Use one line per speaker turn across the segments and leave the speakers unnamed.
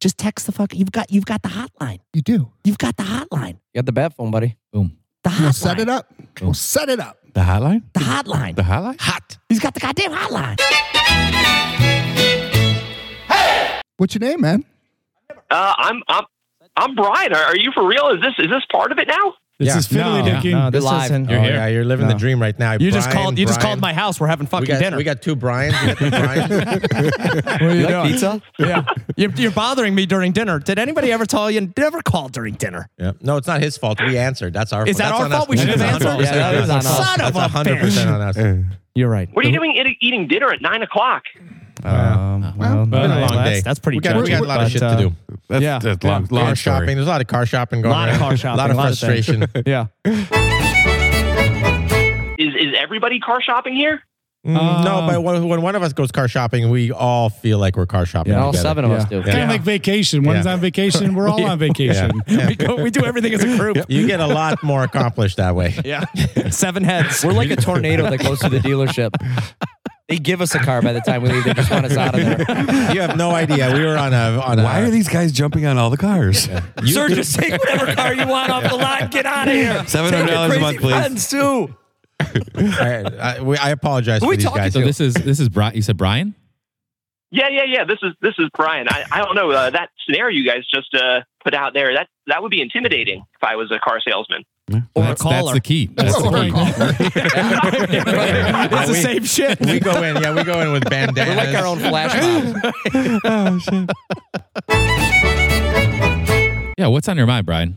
Just text the fuck. You've got you've got the hotline.
You do.
You've got the hotline.
Got the bat phone, buddy.
Boom.
The
We'll
hotline.
set it up. We'll set it up.
The hotline?
The hotline.
The hotline?
Hot.
He's got the goddamn hotline.
What's your name, man?
Uh, I'm I'm I'm Brian. Are, are you for real? Is this is this part of it now?
This
Yeah.
is fiddly
No,
dicking.
no, this
You're live.
isn't.
You're
oh,
here.
yeah,
you're living
No.
the dream right now.
You just
Brian,
called. You just
Brian.
called my house. We're having
We
fucking
got,
dinner.
We got two Brian's. We got the Brian.
What are you doing?
Pizza?
yeah, you're, you're bothering me during dinner. Did anybody ever tell you never call during dinner?
yeah. No, it's not his fault. We answered. That's our.
Is that
That's
our
on
fault?
Us.
We should
That's
have
on
answered.
us.
Yeah, that is on us.
Son of
That's
a
100
bitch.
percent on us.
You're right.
What are you doing eat, eating dinner at nine o'clock?
Um, well,
Been a
Well,
long
that's-
day.
that's pretty
We got, we
judgy,
got a lot of
but,
shit
uh,
to do.
that's,
Yeah.
that's long, long
car
story.
shopping. There's a lot of car shopping going on.
Lot of car
A lot
shopping,
of
lot of things.
frustration.
Yeah.
Is is everybody car shopping here?
Mm, no,
Um,
but when, when one of us goes car shopping, we all feel like we're car shopping.
All
together.
seven of us
Yeah.
do.
Yeah.
Yeah.
Kinda
Kind of like vacation. One's
Yeah.
on vacation. We're all on vacation.
Yeah.
we, go, we do everything as a group.
You get a lot more accomplished that way.
Yeah. Seven heads.
We're like a tornado that goes through the dealership. They give us a car by the time we leave. They just want us out of there.
You have no idea. We were on a on a.
Why are these guys jumping on all the cars?
Sir, just take whatever car you want off the lot. Get out of here.
Seven hundred dollars a month, please.
too.
I, I, we- I apologize
Who
for
we
these
talking
guys.
to?
So this is this is Brian. You said Brian.
Yeah, yeah, yeah. This is this is Brian. I, I don't know uh, that scenario you guys just uh, put out there. That that would be intimidating if I was a car salesman.
Or a
that's, that's
caller.
the key. That's the key.
it's the
we-
same shit.
We go in, yeah, we go in with
We're
bandanas.
like our own flash mobs.
Yeah, what's on your mind, Brian?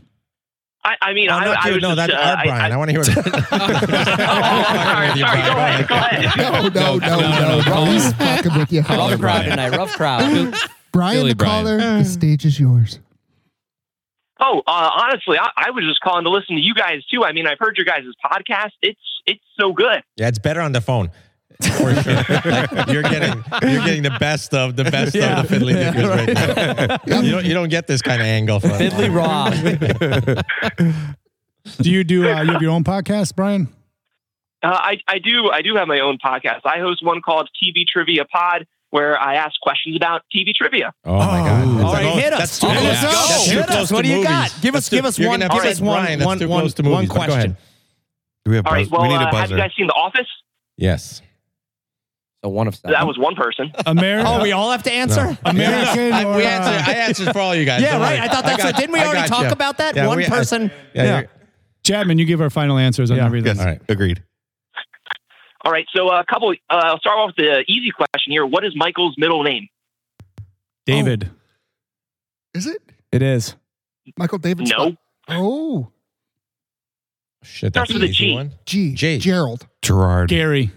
I, I mean,
No,
I,
not
I
you.
was
no,
just,
that's
uh,
our
I-
Brian. I,
I-
want to hear what.
oh, sorry, sorry. Go ahead. Go ahead.
No, no, no,
no,
no.
no, no.
Brian's fucking with you.
Rough crowd
Brian.
tonight. Rough crowd.
Brian
Billy
the
Brian.
caller. The stage is yours.
Oh, uh, honestly, I, I was just calling to listen to you guys too. I mean, I've heard your guys' podcast. It's it's so good.
yeah, it's better on the phone. For sure. Like, you're getting you're getting the best of the best of the fiddly dickers right, now. You don't you don't get this kind of angle from
Fiddly raw.
Do you do? Uh, you have your own podcast, Brian?
Uh, I, I do I do have my own podcast. I host one called TV Trivia Pod, where I ask questions about TV trivia.
Oh my god. It's
All
like,
right,
oh,
hit us.
That's too,
Hit
close.
us.
That's
Go.
too
Hit
close
us.
to
What do you
movies.
got? Give us-
That's too-
give us
you're
one-
gonna
give
have to
us
say,
one-
Brian, that's
one-
too close to
one- one
movies, but go
question.
ahead.
Do we have
All right. Well, uh, have you guys seen The Office?
Yes.
So one of seven.
That was one person.
America.
Uh, Oh, we all have to answer?
American.
I,
or,
we
uh,
answered, I answered for all you guys.
Yeah,
Don't
right. I
worry.
thought that's
got
what. Didn't we
you. I
already
got
talk
you.
about that?
Yeah,
one
we- I-
person.
Yeah.
Yeah.
you're-
Chapman, you give our final answers on
Yeah.
everything.
Yes. All right. Agreed.
All right, so a couple. Uh, I'll start off with the easy question here. What is Michael's middle name?
David.
Oh,
Is it
It is.
Michael David?
No,
Scott? Oh,
Shit,
Starts
that's an
with a
easy
G.
one.
G.
G.
Gerald.
Gerard.
Gary.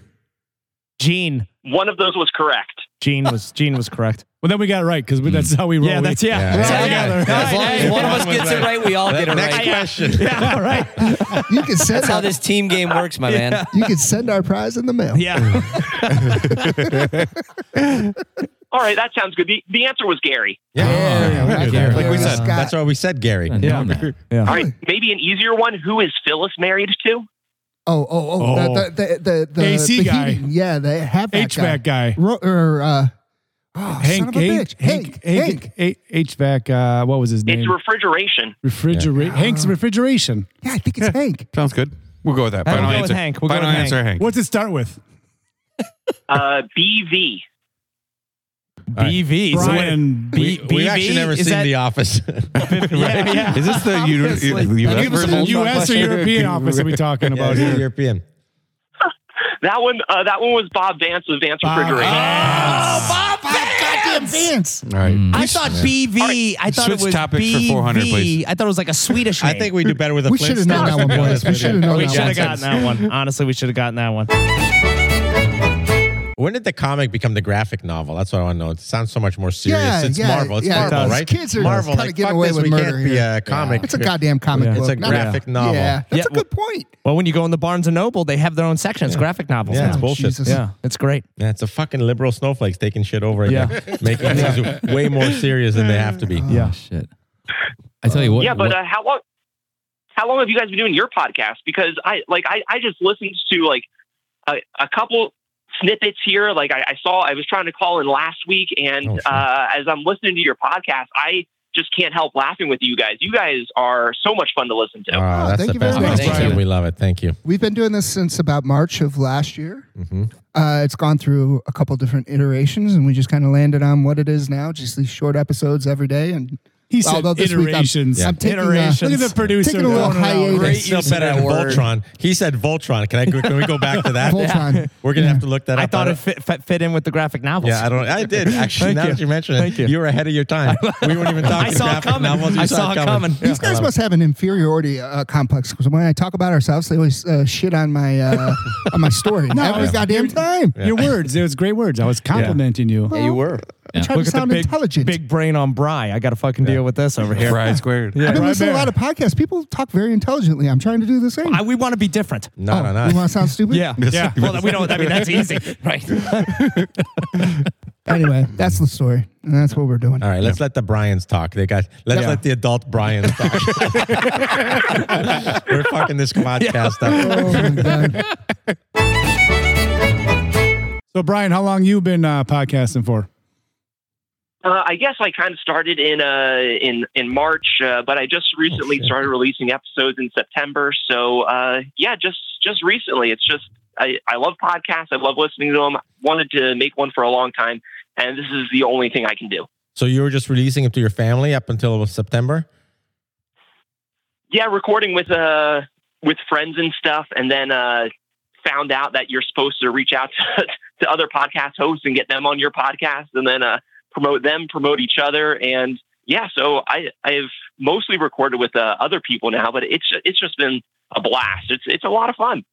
Gene.
one of those was correct.
Gene was Gene was correct.
Well, then we got it right because that's how we roll.
Yeah, that's yeah.
Yeah.
That's how
Yeah.
we got
As
it.
long as one of us gets it right, we all get it
Next
right.
question.
Yeah, all right.
You can send
That's how
our,
this team game works, my man.
you can send our prize in the mail.
Yeah.
All right, that sounds good. The, the answer was Gary.
Oh,
Yeah,
Yeah,
we do
yeah,
that.
Like we said.
That's why we said Gary.
Yeah. Yeah.
All right, maybe an easier one. Who is Phyllis married to?
Oh, oh, oh.
Oh.
The, the, the, the, the,
AC
the
guy.
heating. Yeah, the HVAC
HVAC guy.
Ro- or, uh, oh, son of a
Hank,
bitch. Hank, Hank,
A- HVAC. Uh, what was his name?
It's refrigeration.
Refrigeration. Hank's refrigeration.
Yeah, I think it's Hank.
Sounds good. We'll go with that.
We'll
Final
go with
answer.
Hank. We'll go
Final
with
answer, Hank.
What's it start with?
Uh, BV.
BV. So what-
Brian.
B-
We've actually
BV?
never
Is
seen
that-
The Office.
Yeah, yeah.
Is this the U-
Give
U-
us
US
a
version?
U.S. or European office are we talking
Yeah,
about
it's
here?
European.
That one. Uh, that one was Bob Vance of Vance
Bob
Refrigeration.
Oh, Bob
Goddamn
Vance.
Vance.
All right.
I thought BV. I thought
Mm-hmm. Switch
it was
topics for
BV.
400, please.
I thought it was like a Swedish name.
I think we do better with the
We should have known that one,
Flintstones,
boys.
to be honest
We
with you.
should have known
we
that
should
one.
have gotten that one. Honestly, we should have gotten that one.
When did the comic become the graphic novel? That's what I want to know. It sounds so much more serious.
Yeah,
it's
yeah,
Marvel. It's
yeah, it
Marvel,
does.
right?
Kids are
Marvel.
kinda
Like,
getting
fuck
away
this.
with
we
murder
can't be
here.
a comic.
It's a goddamn comic
Yeah.
book.
It's a
Not-
graphic novel.
Yeah, that's
Yeah,
a good point.
Well, when you go in the Barnes and Noble, they have their own sections, graphic novels.
Yeah, it's
now.
bullshit.
Jesus.
Yeah, it's great.
Yeah, it's a fucking liberal snowflakes taking shit over and
Yeah.
making things way more serious than they have to be.
Oh, shit. I tell you what.
yeah, but
what-
uh, how long? How long have you guys been doing your podcast? Because I like I, I just listened to like a, a couple snippets here. Like I, I saw, I was trying to call in last week, and
Oh, sure.
uh, as I'm listening to your podcast, I just can't help laughing with you guys. You guys are so much fun to listen to.
Ah,
Oh,
that's
thank
the
you very
best.
much,
Thank
Brian.
you. We love it. Thank you.
We've been doing this since about March of last year.
Mm-hmm.
Uh, it's gone through a couple different iterations, and we just kind of landed on what it is now. Just these short episodes every day, and
He said
Although this week I'm-
iterations.
I'm taking, uh,
Look at the producer.
taking a little
going around.
hiatus.
Great
It's still
use of
better
that
than
word.
Voltron. He said Voltron. Can I? Can we go back to that?
Voltron.
We're gonna have to look that up.
I thought
don't-
it fit, fit, fit in with the graphic novels.
Yeah, I don't. I did actually.
Thank
now
you.
that you mention it,
Thank you.
you were ahead of your time. We weren't even talking.
I saw it
graphic
coming.
novels. You
I saw it coming.
These guys must have an inferiority uh, complex because when I talk about ourselves, they always uh, shit on my uh, on my story every goddamn time.
Your words. It was great words. I was complimenting you.
Yeah, you were.
I'm trying to
Look at the
sound
big,
intelligent.
big brain on Bry. I got to fucking deal with this over here.
Fried squared.
I've been
right
listening to a
there.
lot of podcasts. People talk very intelligently. I'm trying to do the same. Oh,
I, we want to be different.
No, no,
You
no.
want to sound stupid?
Yeah.
Yeah.
Well, we don't. I mean, that's easy, right?
Anyway, that's the story, and that's what we're doing.
All right, let's let the Bryans talk. They got. Let's
Yeah.
let the adult Bryans talk. we're fucking this podcast up.
Oh my god!
So, Brian, how long you been uh, podcasting for?
Uh, I guess I kind of started in uh, in in March, uh, but I just recently
shit.
started releasing episodes in September. So uh, yeah, just just recently. It's just I, I love podcasts. I love listening to them. Wanted to make one for a long time, and this is the only thing I can do.
So you were just releasing it to your family up until September.
yeah, recording with uh with friends and stuff, and then uh found out that you're supposed to reach out to, to other podcast hosts and get them on your podcast, and then uh promote them, promote each other, and yeah. So I I've mostly recorded with uh, other people now, but it's it's just been a blast. It's it's a lot of fun.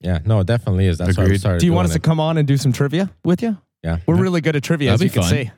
Yeah, no, it definitely is. That's why we
Agreed.
started.
Do you want us to
doing
come on and do some trivia with you?
it. Yeah.
We're really good at trivia,
That'd
as
be
you can
fun.
see.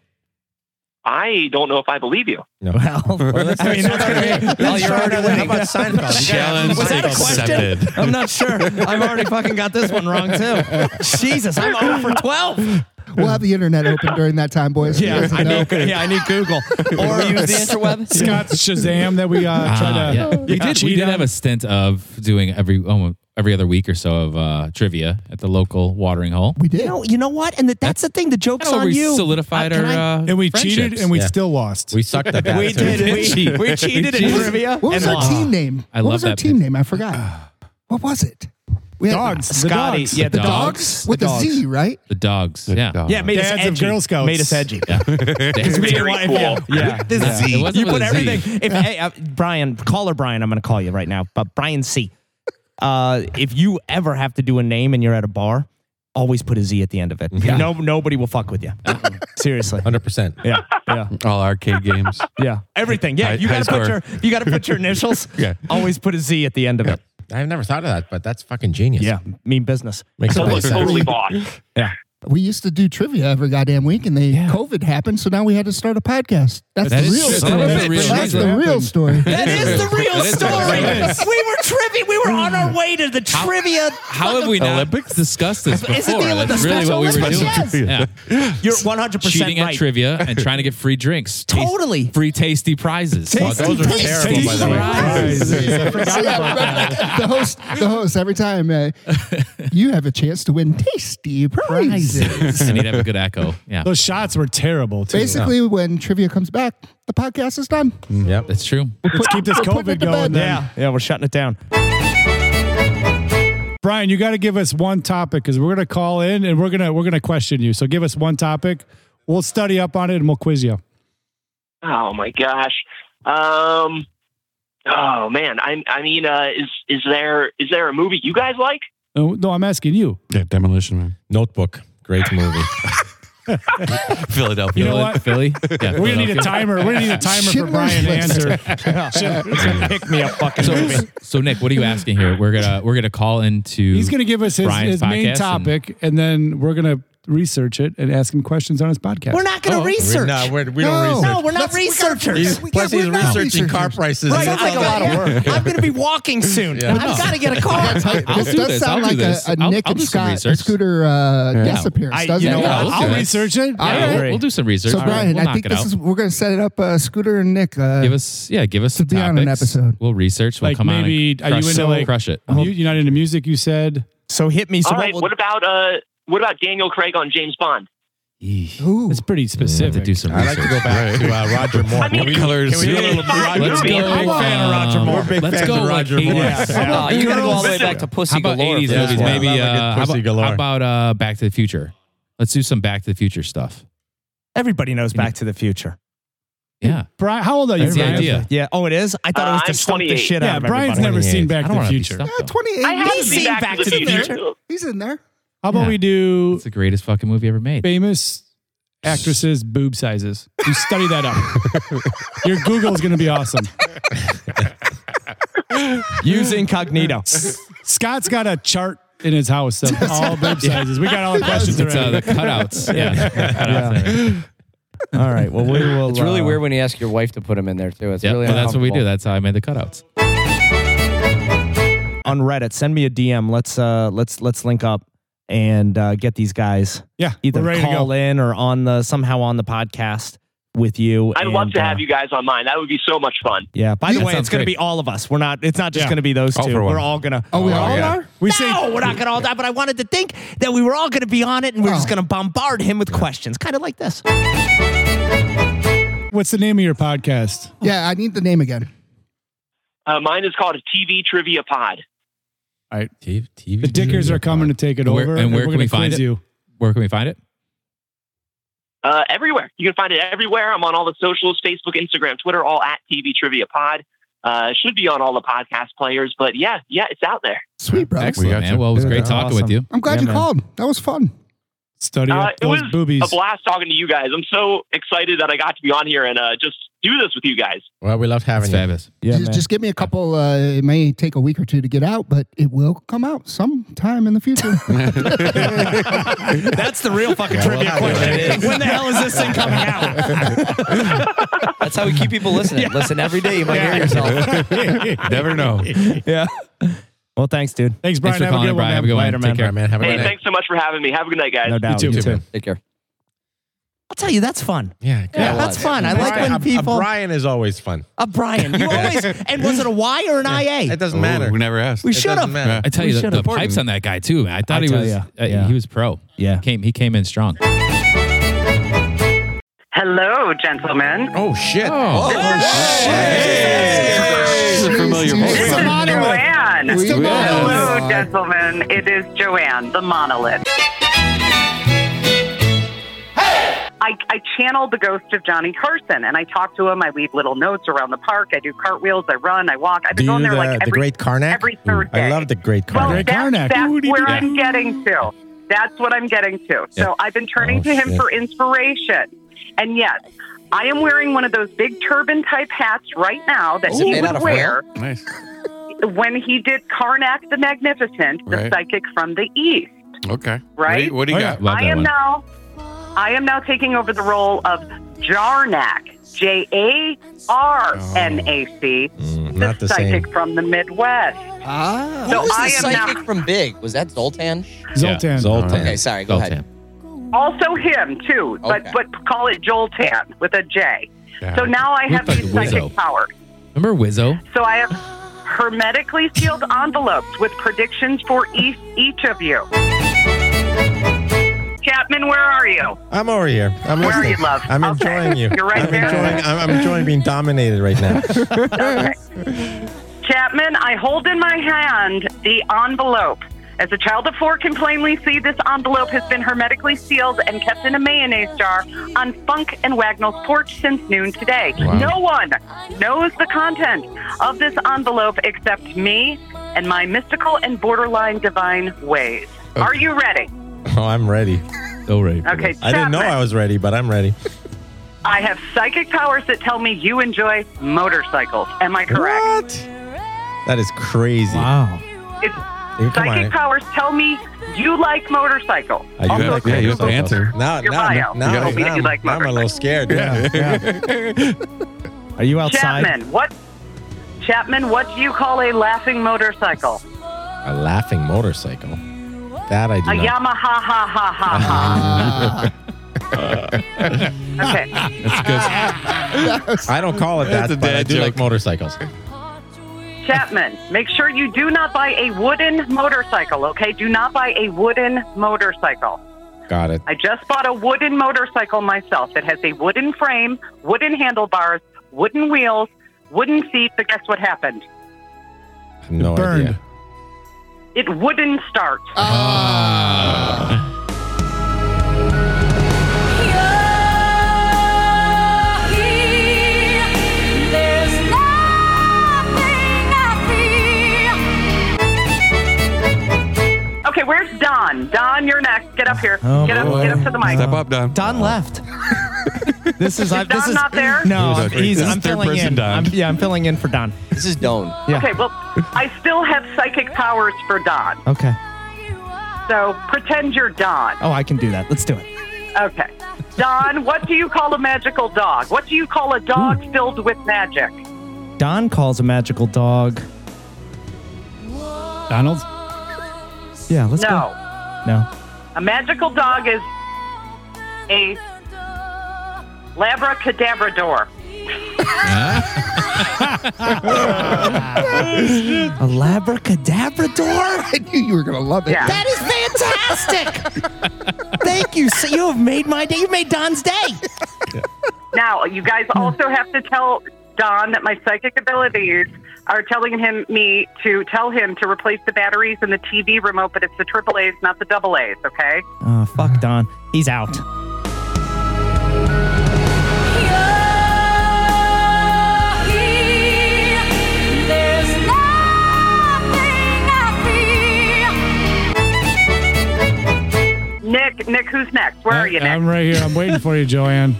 I don't know if I believe you.
Well,
let's-
I mean, that's gonna be. Well, you're already
How
winning.
about Seinfeld? You gotta-
Challenge
Was that a question?
accepted.
I'm not sure. I've already fucking got this one wrong too. Jesus, I'm over for 12.
We'll have the internet open during that time, boys. You guys
I
know.
need, yeah, I need Google or use the interweb.
Scott's Shazam that we uh,
Ah,
tried to.
yeah. We did. We
cheat
did
on.
have a stint of doing every almost every other week or so of uh, trivia at the local watering hole.
we
You
did.
know, you know what? And that, that's the thing. The joke's
That's how
on
we
you.
solidified
Uh, can
our
I-
uh,
and we cheated
friendships.
and we
Yeah.
still lost.
We sucked at that.
we
too.
did.
did
We,
cheat.
we cheated in
cheated.
trivia.
What was
and
our
lost.
team name?
I
what
love
was our
that
team
picture.
name? I forgot. what was it? We had-
dogs. The
Scotty.
dogs.
Yeah, the
The
dogs.
dogs?
with
the
a Z,
dogs.
right?
the dogs. yeah.
Yeah, it made us
Dads of
edgy.
Girl Scouts.
Made us edgy.
Yeah. Damn.
We didn't
Very
want-
cool.
Yeah. This
Yeah.
Z.
It wasn't
You
with
put
a Z.
everything. If hey, uh, Brian, caller Brian, I'm going to call you right now. But Brian C. Uh, if you ever have to do a name and you're at a bar, always put a Z at the end of it.
Yeah.
No, nobody will fuck with you. Seriously.
100%.
Yeah. Yeah.
All arcade games.
Yeah. Everything. Yeah.
High-
you got to
high
put your
score.
you got to put your initials.
Yeah.
Always put a Z at the end of it.
I've never thought of that, but that's fucking genius.
Yeah. Mean business.
Makes
So
a lot
look,
of sense.
totally boss.
We used to do trivia every goddamn week, and they COVID happened, so now we had to start a podcast. That's
That
the
is
real
true.
story.
That's the real
That's the
reason.
real story.
That is the real story. we were trivia. We were on our way to the trivia.
How have we not
Olympics?
discussed this before?
Isn't the Olymp-
That's really
Special
what we were
Olympics,
doing.
yes.
Yeah.
You're 100 percent
Cheating
right.
at trivia and trying to get free drinks. Taste-
Totally.
free tasty prizes.
Oh, those are terrible, by the way.
See, I remember the host, the host, every time uh, you have a chance to win tasty prizes.
and you'd have a good echo. Yeah.
Those shots were terrible, too.
Basically, when trivia comes back, the podcast is done.
Yep.
That's true.
Let's keep this
We're putting it
COVID
to bed.
going. Then.
Yeah, yeah, we're shutting it down.
Brian, you got to give us one topic because we're gonna call in and we're gonna we're gonna question you. So give us one topic. We'll study up on it and we'll quiz you.
Oh my gosh. Um. Oh man. I I mean, uh, is is there is there a movie you guys like?
No, no, I'm asking you.
Yeah, Demolition Man.
Notebook. Great movie.
Philadelphia.
You know what?
Philly. Yeah.
We're gonna need a
Philadelphia.
timer. We're gonna need a timer for
Schindler's
Brian to
List.
answer. Schindler-
Pick me up, fucking
So,
movie.
so Nick, what are you asking here? We're gonna we're gonna call into.
He's gonna give us his,
Brian's
his main
podcast and-
topic and, then we're gonna research it and ask him questions on his podcast.
We're not going
Oh,
to research.
No, we're, we
No.
don't research.
No, we're not
Let's- we gotta-
researchers.
He's,
we
plus,
can't-
he's
we're not
researching car
researchers.
prices.
Right,
That's
I'm
a lot of work.
work. I'm going to be walking soon.
Yeah.
I've got to get a car.
I'll
this
do
does
this.
sound
I'll do
like a,
this.
a
I'll-
Nick
I'll
and
do some
Scott
research.
Scooter uh, guest appearance,
I-
doesn't
you know
it?
what?
I'll
I'll
do it.
research it.
All
Yeah,
right.
we'll, we'll do some research.
So,
All right,
Brian,
we'll
I
knock
think
it
this
out.
is we're going to set it up. Uh, Scooter and Nick. Uh,
give us yeah, give us some
be on an
topics.
episode.
We'll research. We'll
Like
come
maybe
on.
are
And
you
crush,
into like
crush it?
mu- You're not into music. You said
So hit me. So
All right.
we'll-
What about uh? What about Daniel Craig on James Bond?
Ooh.
It's pretty
have to
specific.
do some
I like to
research.
go back to uh, Roger Moore.
I mean,
Can we-
colors.
Can we do a little
Let's
Roger
go.
Moore?
Big
fan of Roger
um,
Moore. Big
let's
fans
go
of
like
Roger Moore.
80s.
Yeah.
Oh, you gotta go all the way
Listen,
back to
How
Pussy
about
Galore.
80s
for this
movies?
one.
Maybe
Yeah, I love a good
uh, how
pussy
about,
galore.
how about uh, Back to the Future? Let's do some Back to the Future stuff.
Everybody knows Back to the Future.
Yeah,
Brian, how old are you?
that's the
Brian?
idea.
Yeah. Oh, it is. I thought it was
Uh,
to
I'm
stump the
28.
shit out
Yeah,
of
Brian's
everybody.
never seen
I
Back to
don't
the
want to be
Future.
stuck.
Uh,
though.
28.
I haven't
He's,
seen Back, to the,
in
Future.
there. He's in there.
How about
Yeah.
we do
It's the greatest fucking movie ever made.
famous actresses' boob sizes? You study that up. Your Google's going to be awesome.
Use incognito.
Scott's got a chart in his house of all boob sizes. We got all the questions
It's uh, the
already.
cutouts. Yeah, Cutouts.
All right. Well, we will.
It's really
uh,
weird when you ask your wife to put him in there too. It's
Yep,
really
but that's what we do.
uncomfortable.
That's how I made the cutouts.
on Reddit. Send me a DM. Let's uh let's let's link up and uh, get these guys
Yeah,
either
we're ready to
call
go.
in or on the somehow on the podcast with you.
I'd
and,
love to have
uh,
you guys on mine. That would be so much fun.
Yeah. By the
That
way, it's
sounds
going to
great.
be all of us. We're not. It's not just
Yeah.
going to be those
All
two.
for one.
We're all going to.
Oh, we all
yeah.
are?
We
no,
say
we're not going to all die. But I wanted to think that we were all going to be on it, and we're just
Oh.
going to bombard him with questions, kind of like this.
What's the name of your podcast?
Yeah, I need the name again.
Uh, mine is called a TV Trivia Pod.
TV, TV
The Dickers are coming to take it
And where-
over.
and where
we're
can
gonna
we find
quiz
it?
you?
Where can we find it?
Uh, everywhere. You can find it everywhere. I'm on all the socials Facebook, Instagram, Twitter, all at TV Trivia Pod. Uh, should be on all the podcast players, but yeah, yeah, it's out there.
Sweet, bro.
Excellent,
got
man.
you.
Well, it was
Dude,
great
that's
talking with
awesome.
you.
I'm glad
Yeah,
you
man.
called. That was fun.
Study
Uh,
up
it
those
was
boobies.
A blast talking to you guys. I'm so excited that I got to be on here and uh, just do this with you guys.
Well, we loved
It's
having you.
fabulous.
Yeah,
just, just give me a couple. Uh, it may take a week or two to get out, but it will come out sometime in the future.
That's the real fucking
Yeah, well,
trivia
I know
question. when the hell is this thing coming out?
That's how we keep people listening. Listen every day. You might hear yourself.
Never know.
yeah. Well, thanks, dude.
Thanks, Brian.
Thanks for
have a
calling
good
in,
one.
Brian.
man.
Have a good
Later,
one.
man.
Take care,
All right, man. Have a
Hey,
good night.
thanks so much for having me. Have a good night, guys.
No doubt.
You too.
man.
Take care.
I'll tell you, that's fun.
Yeah,
Yeah,
it
that's
was.
fun. I like
Brian,
when
a-
people.
A Brian is always fun.
A Brian. You always and was it a Y or an IA?
It doesn't
Ooh,
matter.
We never asked.
We
It
should
doesn't
have.
matter.
I tell
We
you, the,
should
the
have-
pipes on that guy too. man. I thought
I
he
tell
was
ya.
uh,
Yeah.
he was pro.
Yeah.
came he came in strong.
Hello, gentlemen.
Oh shit!
Oh.
This is a familiar voice.
It's a monolith.
Joanne.
It's a
We-
monolith.
Hello, gentlemen. It is Joanne, the monolith. I, I channel the ghost of Johnny Carson and I talk to him. I leave little notes around the park. I do cartwheels. I run. I walk. I've
Do
been
you
going
do
there
the,
like
the
every,
Great Karnak?
every third day.
I love the Great
well,
Karnak.
Great
that's,
Karnak.
that's
Ooh-dee-doo.
where I'm getting to. That's what I'm getting to. So I've been turning
Oh,
to him
shit.
for inspiration. And yes, I am wearing one of those big turban type hats right now that
Is it
he
made out
would
of
wear
Nice.
when he did Karnak the Magnificent, the
Right.
psychic from the East,
Okay.
right?
What do you
Oh, yeah.
got?
Love
I
that
am
one.
now I am now taking over the role of Jarnak, J A R N A C,
Mm,
the
not the
psychic
same.
from the Midwest.
Ah,
So
was
I
the
am
psychic
not-
from Big? Was that Zoltan?
Zoltan.
Zoltan.
Okay, sorry. Go ahead.
Zoltan.
Also him too,
Okay.
but but call it Joltan with a J. So now I have
Looks
these
like
psychic
Wizzo.
powers.
Remember Wizzo?
So I have hermetically sealed envelopes with predictions for each each of you. Chapman, where are you?
I'm over here. I'm
Where are
listening.
you, love?
I'm
Okay.
enjoying you.
You're right
I'm
there.
Enjoying, I'm, I'm enjoying being dominated right now.
Chapman, I hold in my hand the envelope. As a child of four can plainly see, this envelope has been hermetically sealed and kept in a mayonnaise jar on Funk and Wagnall's porch since noon today. No one knows the content of this envelope except me and my mystical and borderline divine ways. Are you ready?
Oh, I'm ready.
So ready. for
Okay,
this.
I didn't know
Chapman,
I was ready, but I'm ready.
I have psychic powers that tell me you enjoy motorcycles. Am I correct?
What? That is crazy.
Wow.
It's
Dude, come
psychic
on.
powers tell me you like motorcycles.
Are you
Also,
gonna-
have- yeah, you have to answer.
Now,
Your
now,
bio.
now, now,
You gotta-
now
You like
I'm a little
motorcycles.
scared. Yeah.
Are you outside?
Chapman, what? Chapman, what do you call a laughing motorcycle?
A laughing motorcycle. That I do
A
not.
Yamaha, ha ha ha ha. okay,
I don't call it that,
That's a
but I
dad
do like
joke.
motorcycles.
Chapman, make sure you do not buy a wooden motorcycle, okay? Do not buy a wooden motorcycle.
Got it.
I just bought a wooden motorcycle myself. It has a wooden frame, wooden handlebars, wooden wheels, wooden seat, but guess what happened?
Have No
Burned.
idea.
It wouldn't start.
Uh-huh.
Ah. Okay, where's Don? Don, you're next. Get up here. get up. Get up to the mic.
Step up, Don.
Don left. this is, I, this
Don
is
not there?
No,
Who's
I'm-
that?
he's,
This is
I'm
third
filling
person
in. I'm,
Don.
yeah, I'm filling in for Don.
This is Doan.
Okay, well, I still have psychic powers for Don,
Okay.
so pretend you're Don.
Oh, I can do that. Let's do it.
Okay. Don, what do you call a magical dog? What do you call a dog filled with magic?
Don calls a magical dog.
Donald?
Yeah, let's
no.
go. No.
A magical dog is a labracadabrador.
A labracadabrador?
I knew you were going to love it.
Yeah.
That is fantastic. Thank you. So you have made my day. You've made Don's day.
Now, you guys also have to tell Don that my psychic abilities are telling him me to tell him to replace the batteries in the TV remote, but it's the triple A's, not the double A's, okay?
Oh, fuck Don. He's out.
Nick, Nick, who's next? Where are you, Nick?
I'm right here. I'm waiting for you, Joanne.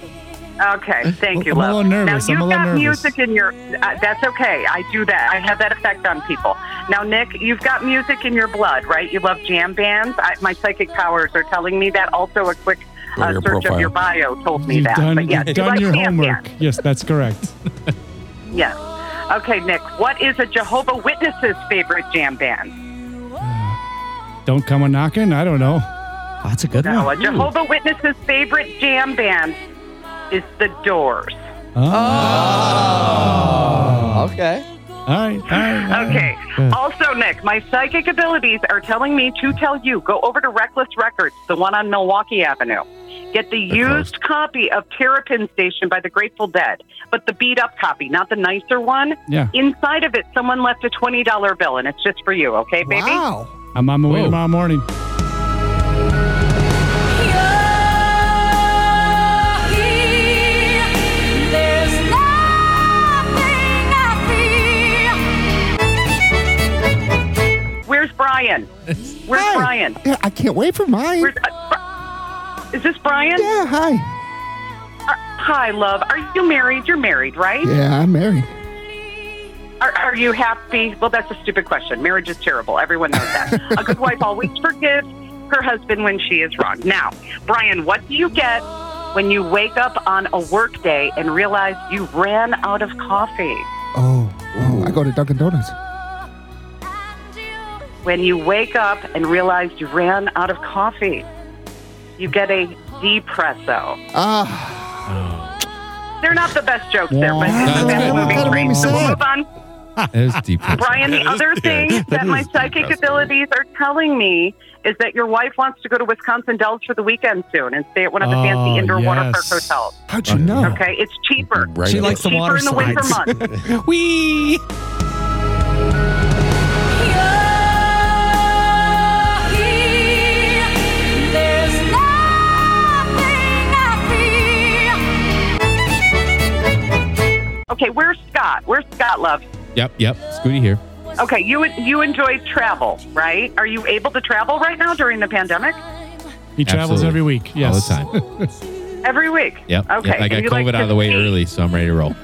Okay, thank you,
Eh, oh, I'm a
love.
little nervous.
Now
I'm
you've
a little
got
nervous.
music in your. Uh, that's okay. I do that. I have that effect on people. Now, Nick, you've got music in your blood, right? You love jam bands. I, my psychic powers are telling me that. Also, a quick
Go to
uh,
your
search of
profile.
your bio told me
You've
that.
done,
but yes,
you've
you
done
like
your
jam
homework.
bands.
Yes, that's correct.
Yes. Okay, Nick. What is a Jehovah Witness's favorite jam band?
Don't come a knocking. I don't know.
that's a good
No, a
Mm-hmm.
one.
Jehovah Witness's favorite jam band is The Doors.
Uh-huh.
Okay.
All right. All right. all right.
Okay. Also, Nick, my psychic abilities are telling me to tell you go over to Reckless Records, the one on Milwaukee Avenue. Get the used copy of Terrapin Station by the Grateful Dead, but the beat up copy, not the nicer one.
Yeah.
Inside of it, someone left a $20 bill, and it's just for you, okay, baby?
Wow.
I'm on my way
Whoa.
tomorrow morning.
Where's Brian? Where's
Hey.
Brian?
Yeah, I can't wait for mine.
Where's, uh, Bri- is this Brian?
yeah, hi.
Uh, hi, love. Are you married? You're married, right?
Yeah, I'm married.
Are, are you happy? Well, that's a stupid question. Marriage is terrible. Everyone knows that. a good wife always forgives her husband when she is wrong. Now, Brian, what do you get when you wake up on a work day and realize you ran out of coffee?
Oh, oh, I go to Dunkin' Donuts.
When you wake up and realize you ran out of coffee, you get a depresso.
Ah,
They're not the best jokes there, but it's a
Wow.
bad movie
That made me
train. So we'll
sad.
move on.
There's deep.
Brian, the other thing that, my psychic abilities are telling me is that your wife wants to go to Wisconsin Dells for the weekend soon and stay at one of the
Oh,
fancy indoor water park
yes.
hotels.
how'd you know?
Okay, it's cheaper.
Right
She
up.
likes the
cheaper
water
in the winter
slides.
months.
Wee!
Okay, where's Scott? Where's Scott, love?
Yep, yep. Scooty here.
Okay, you you enjoy travel, right? Are you able to travel right now during the pandemic?
He travels
Absolutely.
every week. Yes.
All the time.
Every week.
Yep.
Okay.
Yep. I got
and you
COVID
like
out
to
of the way
ski.
early, so I'm ready to roll.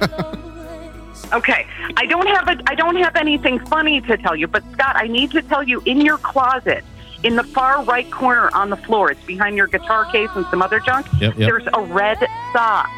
Okay. I don't have a I don't have anything funny to tell you, but Scott, I need to tell you in your closet, in the far right corner on the floor, it's behind your guitar case and some other junk.
Yep, yep.
There's a red sock.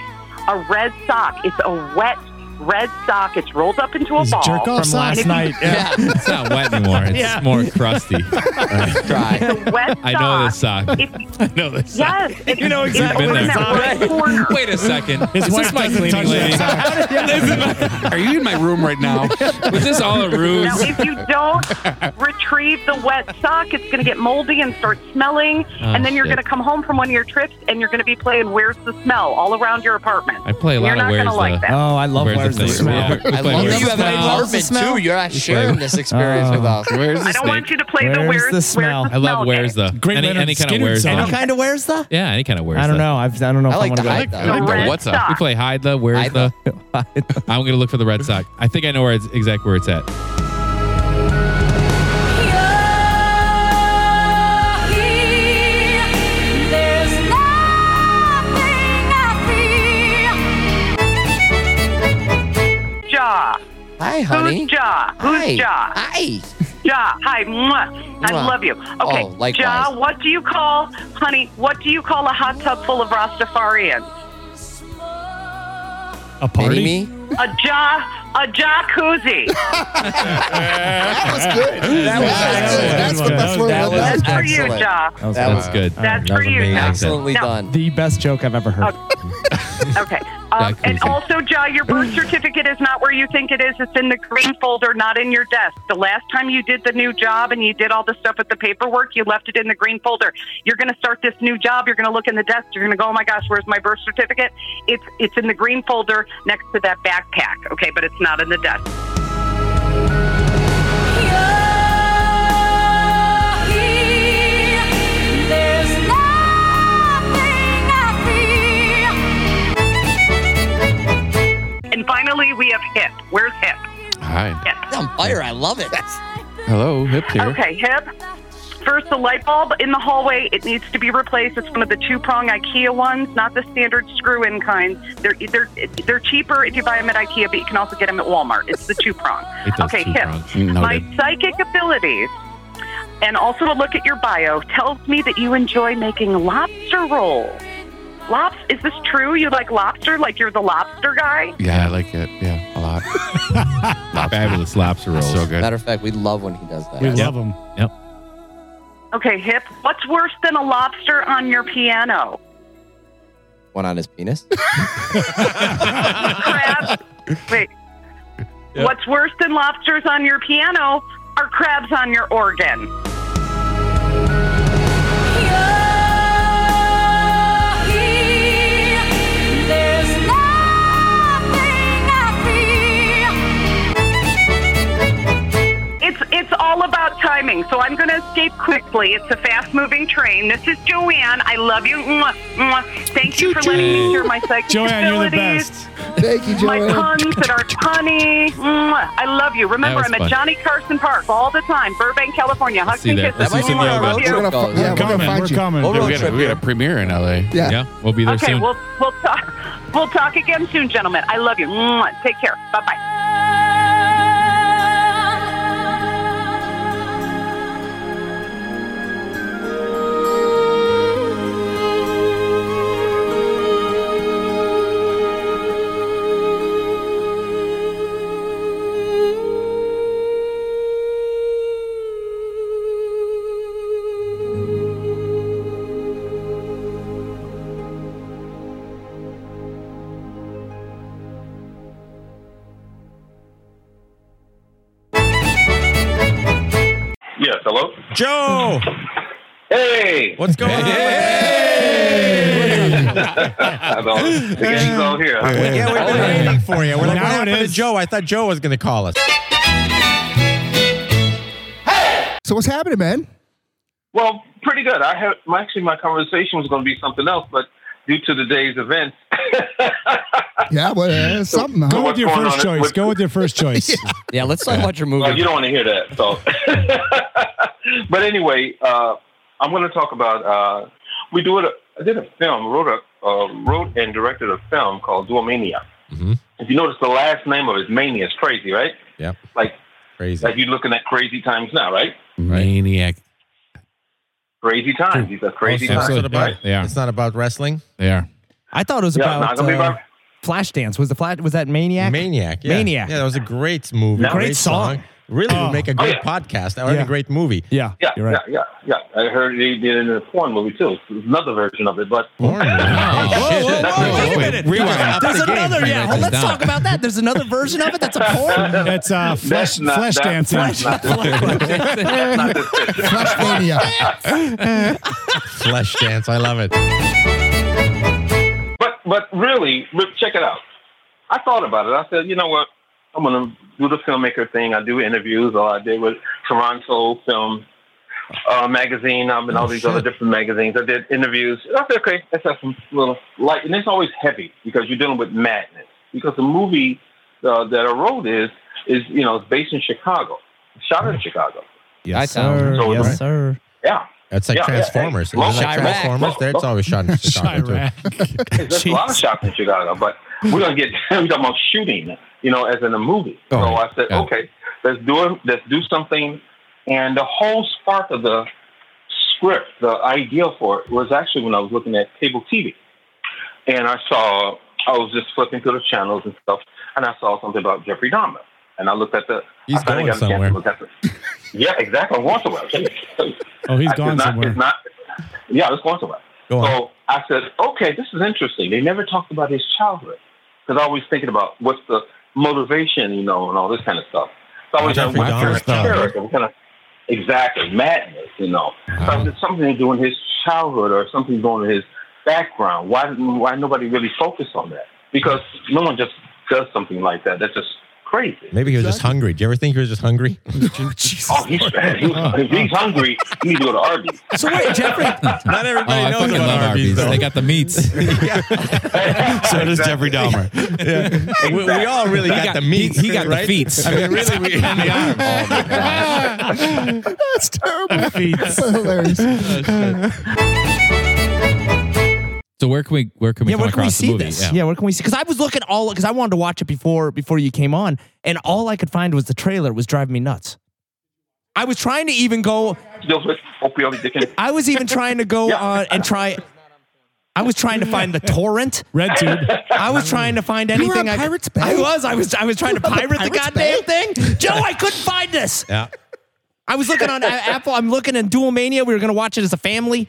A red sock. It's a wet red sock. It's rolled up into a
These
ball.
jerk off
And if
socks.
you-
night.
Yeah.
It's not wet anymore. It's
Yeah.
more crusty.
Dry.
It's a wet
I know this uh,
sock.
sock.
If,
I know this sock.
yes, if,
You know
if
exactly
it's
what
in
it's
that
on,
right
right?
corner.
Wait a second.
His
Is
wife
this my
doesn't touch
cleaning lady?
that sock.
Are you in my room right now?
Was this all a ruse?
Now, if you don't retrieve the wet sock, it's going to get moldy and start smelling. and then you're
Oh, shit.
going to come home from one of your trips and you're going to be playing Where's the Smell all around your apartment.
I play a
you're
lot of
not
Where's
gonna like
the.
that.
Oh, I love
Where's the
where's the,
thing?
smell.
Yeah.
I
We play
love that
Where's
you
the
have an
Smell. Oh.
apartment too. You're not sharing this experience with us.
Where's the
I don't want
snake?
you to play the
oh. Where's
Where's
the
Where's
Smell?
I love
Smell
where's
game.
the.
Great
any
Leonard
any kind of
Skinner
where's
song.
the.
What kind of where's the?
Yeah, any kind of where's
I don't
the.
know. I've, I don't know if
I like
I want
the
to go.
hide
The
I like
though.
the
red
what's up.
sock.
We play hide the where's
Hide
the. I'm gonna look for the red sock. I think I know where it's exact where it's at.
Jaw.
Hi,
Who's
honey.
jaw?
Hi.
Who's jaw?
Hi.
Jaw. Hi. Mwah. I
Mwah.
love you. Okay.
Oh, likewise.
jaw, what do you call, honey, what do you call a hot tub full of Rastafarians?
A
Mini
party?
me.
A jaw, a jacuzzi.
That was good. That
was excellent.
That's what that's what
That was
That's for you,
excellent.
jaw.
That
That's
was
good.
That's
that
for
was
you,
amazing.
jaw.
excellently
Now-
done.
The best joke I've ever heard.
Okay. Um, and
Jacuzzi.
also, Jaw, your birth certificate is not where you think it is. It's in the green folder, not in your desk. The last time you did the new job and you did all the stuff with the paperwork, you left it in the green folder. You're going to start this new job. You're going to look in the desk. You're going to go, oh my gosh, where's my birth certificate? It's it's in the green folder next to that backpack. Okay, but it's not in the desk. And finally, we have hip. Where's hip?
Hi.
Hip.
I'm fire. I love it.
Hello, hip here.
Okay, hip. First, the light bulb in the hallway. It needs to be replaced. It's one of the two-prong IKEA ones, not the standard screw-in kind. They're e-, they're they're cheaper if you buy them at IKEA, but you can also get them at Walmart. It's the two-prong.
It does
okay,
two
hip.
prongs.
My psychic abilities, and also a look at your bio, tells me that you enjoy making lobster rolls. Lobs? Is this true? You like lobster? Like you're the lobster guy?
Yeah, I like it. Yeah, a lot.
Fabulous lobster rolls.
So good.
Matter of fact, we love when he does that.
We love them.
Okay, hip. What's worse than a lobster on your piano?
One on his penis.
crabs. Wait. What's worse than lobsters on your piano are crabs on your organ. It's it's all about timing. So I'm going to escape quickly. It's a fast-moving train. This is Joanne. I love you. Mwah, mwah. Thank you for letting me share my psychic
Joanne, you're the
abilities.
best.
Thank you,
My
Joanne.
puns that are punny. Mwah. I love you. Remember,
That was
I'm at
fun.
Johnny Carson Park all the time, Burbank, California. Hugs
see
and
that.
kisses.
Let's
That might
see
be
some
where our
yoga.
road
We're
trip
gonna
goes.
fu- yeah,
We're
we're gonna
coming. We're
find you.
coming.
Over-
Yeah, we, got a, we got a premiere in LA.
Yeah.
Yeah, we'll be there
okay,
soon.
we'll we'll talk we'll talk again soon, gentlemen. I love you. Mwah. Take care. Bye bye.
Yes, hello?
Joe,
Hey!
what's going on?
the gang's all here. huh?
Yeah, we've been
Hey.
waiting for you. We're like,
Now
what
it
happened to
is.
Joe? I thought Joe was going to call us.
So what's happening, man?
Well, pretty good. I had my, actually my conversation was going to be something else, but due to the day's events,
Yeah, well, uh, something.
Go
Huh?
with your
going
first
on?
choice. Go with your first choice.
Yeah, let's talk about your
well, you
movie.
don't want to hear that. So, but anyway, uh, I'm going to talk about uh, we do it. I did a film, wrote a uh, wrote and directed a film called Dual Mania.
Mm-hmm.
Mhm.
If you notice, the last name of it is Mania. It's crazy, right?
Yep.
Like
Crazy.
like you're looking at crazy times now, right?
Maniac.
Crazy times. These are crazy
That's
times,
what
Absolutely.
right?
about.
Yeah.
It's not about wrestling.
They are.
I thought it was
Yeah, it's not
about
gonna be
uh,
about.
Flashdance was the flash was that Maniac?
Maniac. Yeah.
Maniac.
Yeah, that was a great movie.
Great song.
Really
Oh.
would make a
Oh,
great
yeah.
podcast or
Yeah.
a great movie.
Yeah.
Yeah,
You're right.
yeah, yeah, yeah. I heard they did it in a porn movie too. It's Another version of it, but
Porn movie.
Oh,
Whoa, whoa, whoa, wait a minute.
Rewind.
There's
Stop the game.
another,
Write
yeah.
this
Well, let's
down.
talk about that. There's another version of it that's a porn.
That's uh, flesh,
that's not
flesh
that-
dancing.
That's not this that's not this picture.
Flesh mania.
Flesh dance. I love it.
But but really, but check it out. I thought about it. I said, you know what? I'm gonna do the filmmaker thing. I do interviews. Or I did with Toronto Film uh, Magazine. Um, and all these other different magazines. I did interviews. I said, okay, let's have some little light. And it's always heavy because you're dealing with madness. Because the movie uh, that I wrote is is you know it's based in Chicago, shot in Chicago.
I
Yes,
sound-
sir.
So,
Yes,
right.
sir.
Yeah,
That's like
Yeah, yeah, yeah.
Transformers. It's like
Chirac.
Transformers. There, it's always shot in Chicago too.
Chirac.
There's a lot of shots in Chicago, but we're gonna get we're talking about shooting, you know, as in a movie.
Oh,
so I said,
yeah.
okay, let's do it. Let's do something. And the whole spark of the script, the idea for it, was actually when I was looking at cable TV, and I saw I was just flipping through the channels and stuff, and I saw something about Jeffrey Dahmer, and I looked at the.
He's
I finally
going
got a chance to
somewhere.
look at the- yeah, exactly. I'm going somewhere.
Oh, he's
I could
gone
not-
somewhere.
could Not, yeah, it's going somewhere.
Go on.
So I said, okay, this is interesting. They never talked about his childhood because I always thinking about what's the motivation, you know, and all this kind of stuff.
Oh,
So I always
Jeffrey
wondering what kind
Dahmer's
of character, what kind of exactly madness, you know. So I said, something to do in his childhood or something going in his background. Why didn't why nobody really focus on that? Because no one just does something like that. That's just crazy.
Maybe he was just hungry. Do you ever think he was just hungry?
Oh, he's, if he's hungry. He needs to go to Arby's.
So wait, Jeffrey.
Not
Oh, I
everybody knows
fucking love
about
Arby's.
Arby's. though.
They got the meats.
So does Jeffrey Dahmer.
we, we all really got, the meat.
He, he got
right?
the feats.
I mean, really, we, and the arm.
That's terrible. Hilarious.
Oh, so where can we where can we
Yeah,
come
where can we
across
see
the movie?
this? Yeah. where can we see? Because I was looking all because I wanted to watch it before before you came on, and all I could find was the trailer. It was driving me nuts. I was trying to even go.
Deals with opioid addiction.
I was even trying to go
Yeah.
on and try. I was trying to find the torrent.
Red tube.
I was trying to find
were
anything.
on
I could-
Pirates Bay?
I was. I was. I was trying to pirate the
Pirates
goddamn thing. Joe, I couldn't find this.
Yeah.
I was looking on A- Apple. I'm looking in Dual Mania. We were gonna watch it as a family.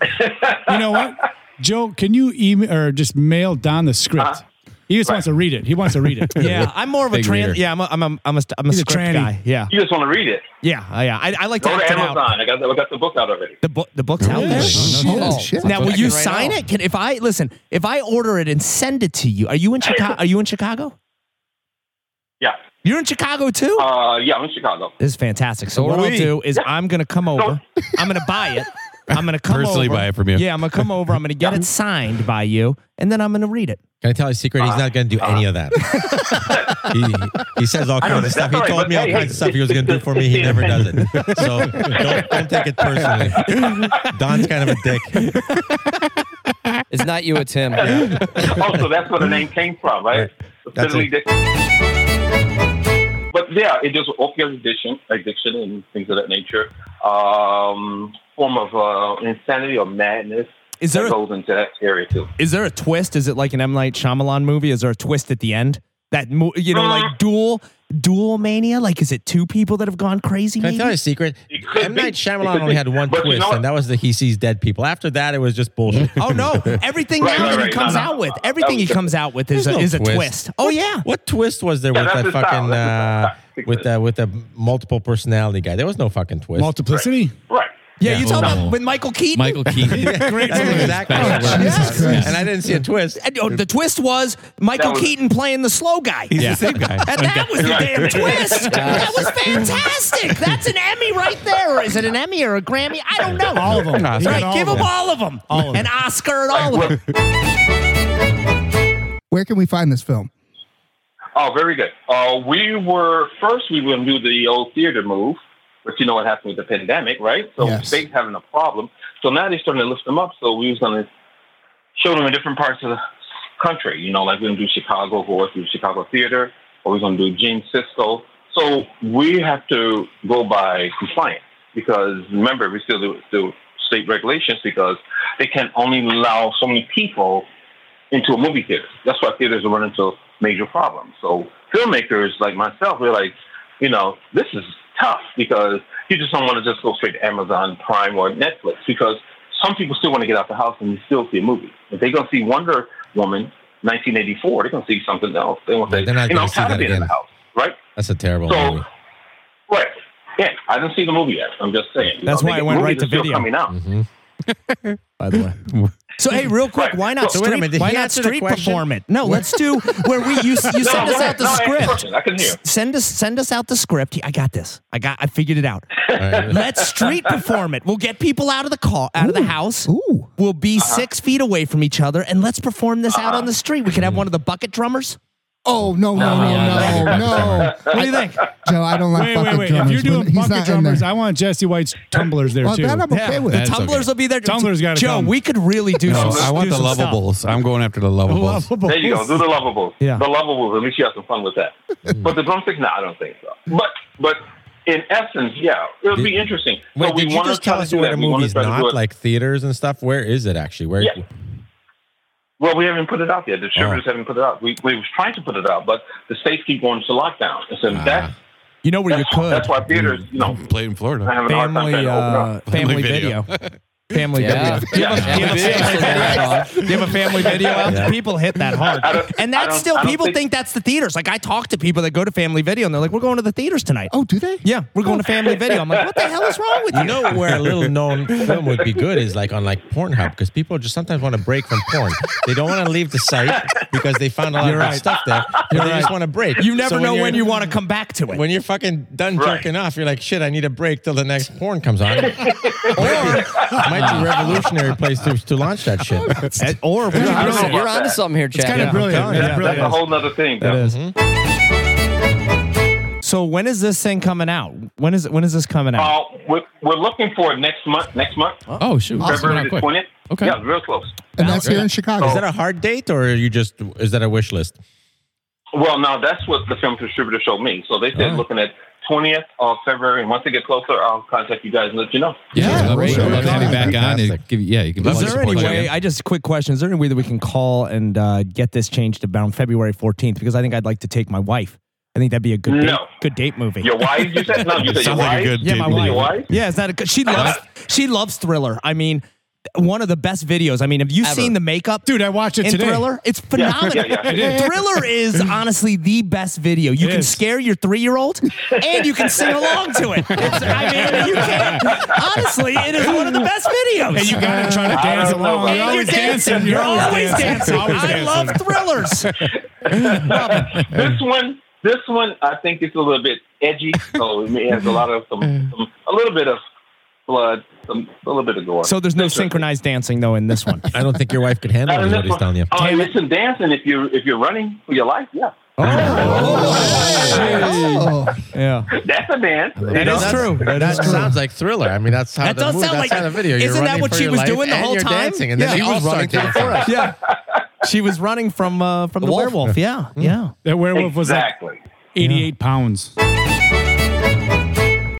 You know what? Joe, can you email or just mail Don the script? He just wants to read it. He wants to read it.
Yeah, I'm more of a
Big
trans.
reader.
Yeah, I'm a, I'm a, I'm a, I'm a
He's a
script
tranny.
guy. Yeah,
You just want to read it.
yeah, uh, yeah. I, I like to
Go
act
to
it out.
Amazon. I got, the, I got the book out already.
The book, the book's out there.
Shit,
Oh.
shit.
Now, will
I
you
can write
sign
out.
it? Can if I listen? If I order it and send it to you, are you in Chicago? Are you in Chicago?
Yeah.
You're in Chicago too.
Uh, yeah, I'm in Chicago.
This is fantastic.
So
So, what
are
I'll
we.
do is I'm gonna come over. I'm gonna buy it. I'm gonna come
Personally
over.
buy it from you.
Yeah, I'm gonna come over. I'm gonna get it signed by you, and then I'm gonna read it.
Can I tell you a secret? He's not going to do any of that. he, he says all
I know,
kinds of stuff.
that's
He
all right,
told
but
me all
hey,
kinds of stuff he was going to do for me. He never does it. So don't, don't take it personally. Don's kind of a dick.
It's not you, it's him.
oh, so that's where the name came from, right?
That's
Fiddly Dick. But yeah, it just opioid addiction, addiction, and things of that nature. Um, form of uh, insanity or madness
Is there
that
a
goes into that area too.
Is there a twist? Is it like an M Night Shyamalan movie? Is there a twist at the end? That mo- you know,
Uh.
like dual dual mania. Like, is it two people that have gone crazy?
Can I
maybe?
tell you a secret?
It could
M.
be.
Night
It could
Shyamalan
be.
only had one
But you
twist,
know what?
and that was that he sees dead people. After that, it was just bullshit.
Oh no! Everything
Right,
now
right,
that he
right.
comes
No, no,
out
no,
with,
no.
everything he
That was
comes out with is
There's
a,
no
is a twist.
twist.
Oh yeah,
What twist was there
Yeah,
with
that's
that
his style.
fucking uh,
That's his style.
with that with the multiple personality guy? There was no fucking twist.
Multiplicity?
Right.
yeah.
Yeah.
You talking
Oh.
about with Michael Keaton?
Michael Keaton.
Great exactly.
That's
what it
Jesus
was.
Christ.
And I didn't see a twist.
And, oh, the twist was Michael
That was-
Keaton playing the slow guy.
He's the same guy.
And that was the
Right.
damn twist. That was fantastic. That's an Emmy right there. Or is it an Emmy or a Grammy? I don't know.
All of them.
No, it's
He got
not
Right,
all
give
of
them all of them.
All of
An Oscar and all of them.
Where can we find this film?
Oh, very good. Uh, we were first we were going to do the old theater move, but you know what happened with the pandemic, right? So
Yes.
states having a problem. So now they're starting to lift them up. So we was going to show them in different parts of the country. You know, like we're going to do Chicago, go through Chicago theater, or we're going to do Gene Cisco. So we have to go by compliance because remember we still do, do state regulations because they can only allow so many people into a movie theater. That's why theaters are running till major problem. So filmmakers like myself, we're like, you know, this is tough because you just don't want to just go straight to Amazon Prime or Netflix because some people still want to get out the house and still see a movie. If they're gonna see Wonder Woman 1984, they're gonna see something else. They won't say,
They're not
you know,
going
I'm
to see
tired of
that
being in
again.
the house, right?
That's a terrible
So-
movie.
Right. Yeah, I didn't see the movie yet. I'm just saying. You
That's
know,
why
they-
I went
movies
right
are
to
still
video.
Coming out.
Mm-hmm.
by the way. So hey, real quick, why not
So wait a
street?
minute, did
why
he
not
answer the
street
question?
perform it? No, let's do where we you, you
No,
send
go
us
ahead.
out the
No, I answered the
script.
question. I couldn't hear.
S- Send us send us out the script. I got this. I got I figured it out. Let's street perform it. We'll get people out of the car, out of the house. Ooh. We'll be
Uh-huh.
six feet away from each other, and let's perform this out on the street. We could have one of the bucket drummers.
Oh no no no no no!
What do you think?
Joe, I don't like
Wait,
bucket
wait, wait. If
drummers.
you're doing
He's
bucket
not
drummers,
in there.
I want Jesse White's tumblers there
Well,
too.
that I'm okay with.
The
That's
tumblers
will be there.
Tumblers got to
Joe,
come.
we could really do
No,
some.
I want
do
the
some stuff.
lovables. I'm going after the lovables.
There you go. Do the lovables.
Yeah.
The lovables. At least you have some fun with that. but the drumsticks, no, I don't think so. But but in essence, yeah, it would be interesting.
Wait,
so we
did you
wanna
just
try
tell
to
us
do
where
that.
the
We wanna
movie's
try to do
not?
it.
Like theaters and stuff? Where is it actually? Where?
Yeah. Well, we haven't put it out yet. The distributors haven't put it out. We we was trying to put it out, but the states keep going to lockdown. And so that
You know where you
that's,
could.
that's why theaters, you know,
Played in Florida.
I have an hard time
family
trying to open up.
uh, family
Family
video.
video.
Family
Yeah.
video. Do you have a- do you have a family video? Do you have a family video out? People hit that hard.
I don't-
And
I
that's
don't-
still,
I don't
people think,
think-
that's the theaters. Like, I talk to people that go to family video and they're like, we're going to the theaters tonight.
Oh, do they?
Yeah, we're going to family video. I'm like, what the hell is wrong with you?
You know where a little known film would be good is like on like Pornhub because people just sometimes want to break from porn. They don't want to leave the site because they found a lot of
You're
good
right.
stuff there. But they just want to break.
You never
So
know
you're-
when you want to come back to it.
when you're fucking done
Right.
jerking off, you're like, shit, I need a break till the next porn comes on. or might be a revolutionary place to, to launch that shit.
And- or when
You're
you miss
know
onto-
it.
about
You're onto
that.
something here, Chad.
It's kind
Yeah.
of brilliant.
telling
Yeah,
you, that-
That's
brilliant.
a whole nother thing.
It
though.
is.
So when is this thing coming out? When is when is this coming out?
Uh, we're, we're looking for it next month. Next month,
Oh shoot! It's coming out
February the
quick.
twentieth.
Okay.
Yeah, real close.
and that's here in Chicago.
Oh.
Is that a hard date or are you just, is that a wish list?
Well, no, that's what the film distributor showed me. So they
Oh.
said looking at 20th of February, and once they get closer, I'll contact you guys and let you know.
Yeah,
Yeah,
we'd love,
great.
we'd love to have you back on.
Fantastic.
And give you, yeah, you can.
Is
plug-
there any
plug in.
way? I just quick question. Is there any way that we can call and uh, get this changed to around February 14th? Because I think I'd like to take my wife. I think that'd be a good
No.
date, good date movie.
Your wife, you said? No, you said your
Sounds like a
wife.
good
yeah,
date
my
movie.
wife.
Your wife?
Yeah, is that a good? She loves she loves thriller. I mean, one of the best videos. I mean, have you seen the makeup?
Dude, I watched it
in
today.
Thriller, it's phenomenal.
yeah, yeah. It is.
Thriller is honestly the best video. You
It
can
is.
scare your three-year-old, and you can sing along to it. It's, I mean, you can. Honestly, it is one of the best videos.
And you got to try to
I
dance
don't know
along. You're
about that.
always dancing.
You're always dancing.
Always
I
dancing.
love thrillers.
this one, this one, I think it's a little bit edgy. So it may- has a lot of some,
Mm.
some a little bit of blood, some a little bit of gore.
So there's no
That's right.
synchronized dancing though in this one.
I don't think your wife could handle
Not
it,
in
is
this
what he's
one.
telling you.
Oh, and there's some dancing if you're if you're running for your life. Yeah,
Oh,
Yeah,
that's a dance. You
that
know?
is true.
That, sounds like thriller. I mean, that's how
That
the
does
movie,
sound
that's
like-
how the video. You're
isn't that
running
what
for
she
your
was
life
doing the
and
whole
you're
time?
Dancing, and
Yeah.
then
She
she was running through the forest.
yeah. She was running from uh, from the,
wolf.
werewolf. Yeah,
Mm.
Mm.
yeah.
That werewolf was like
Exactly.
88 pounds.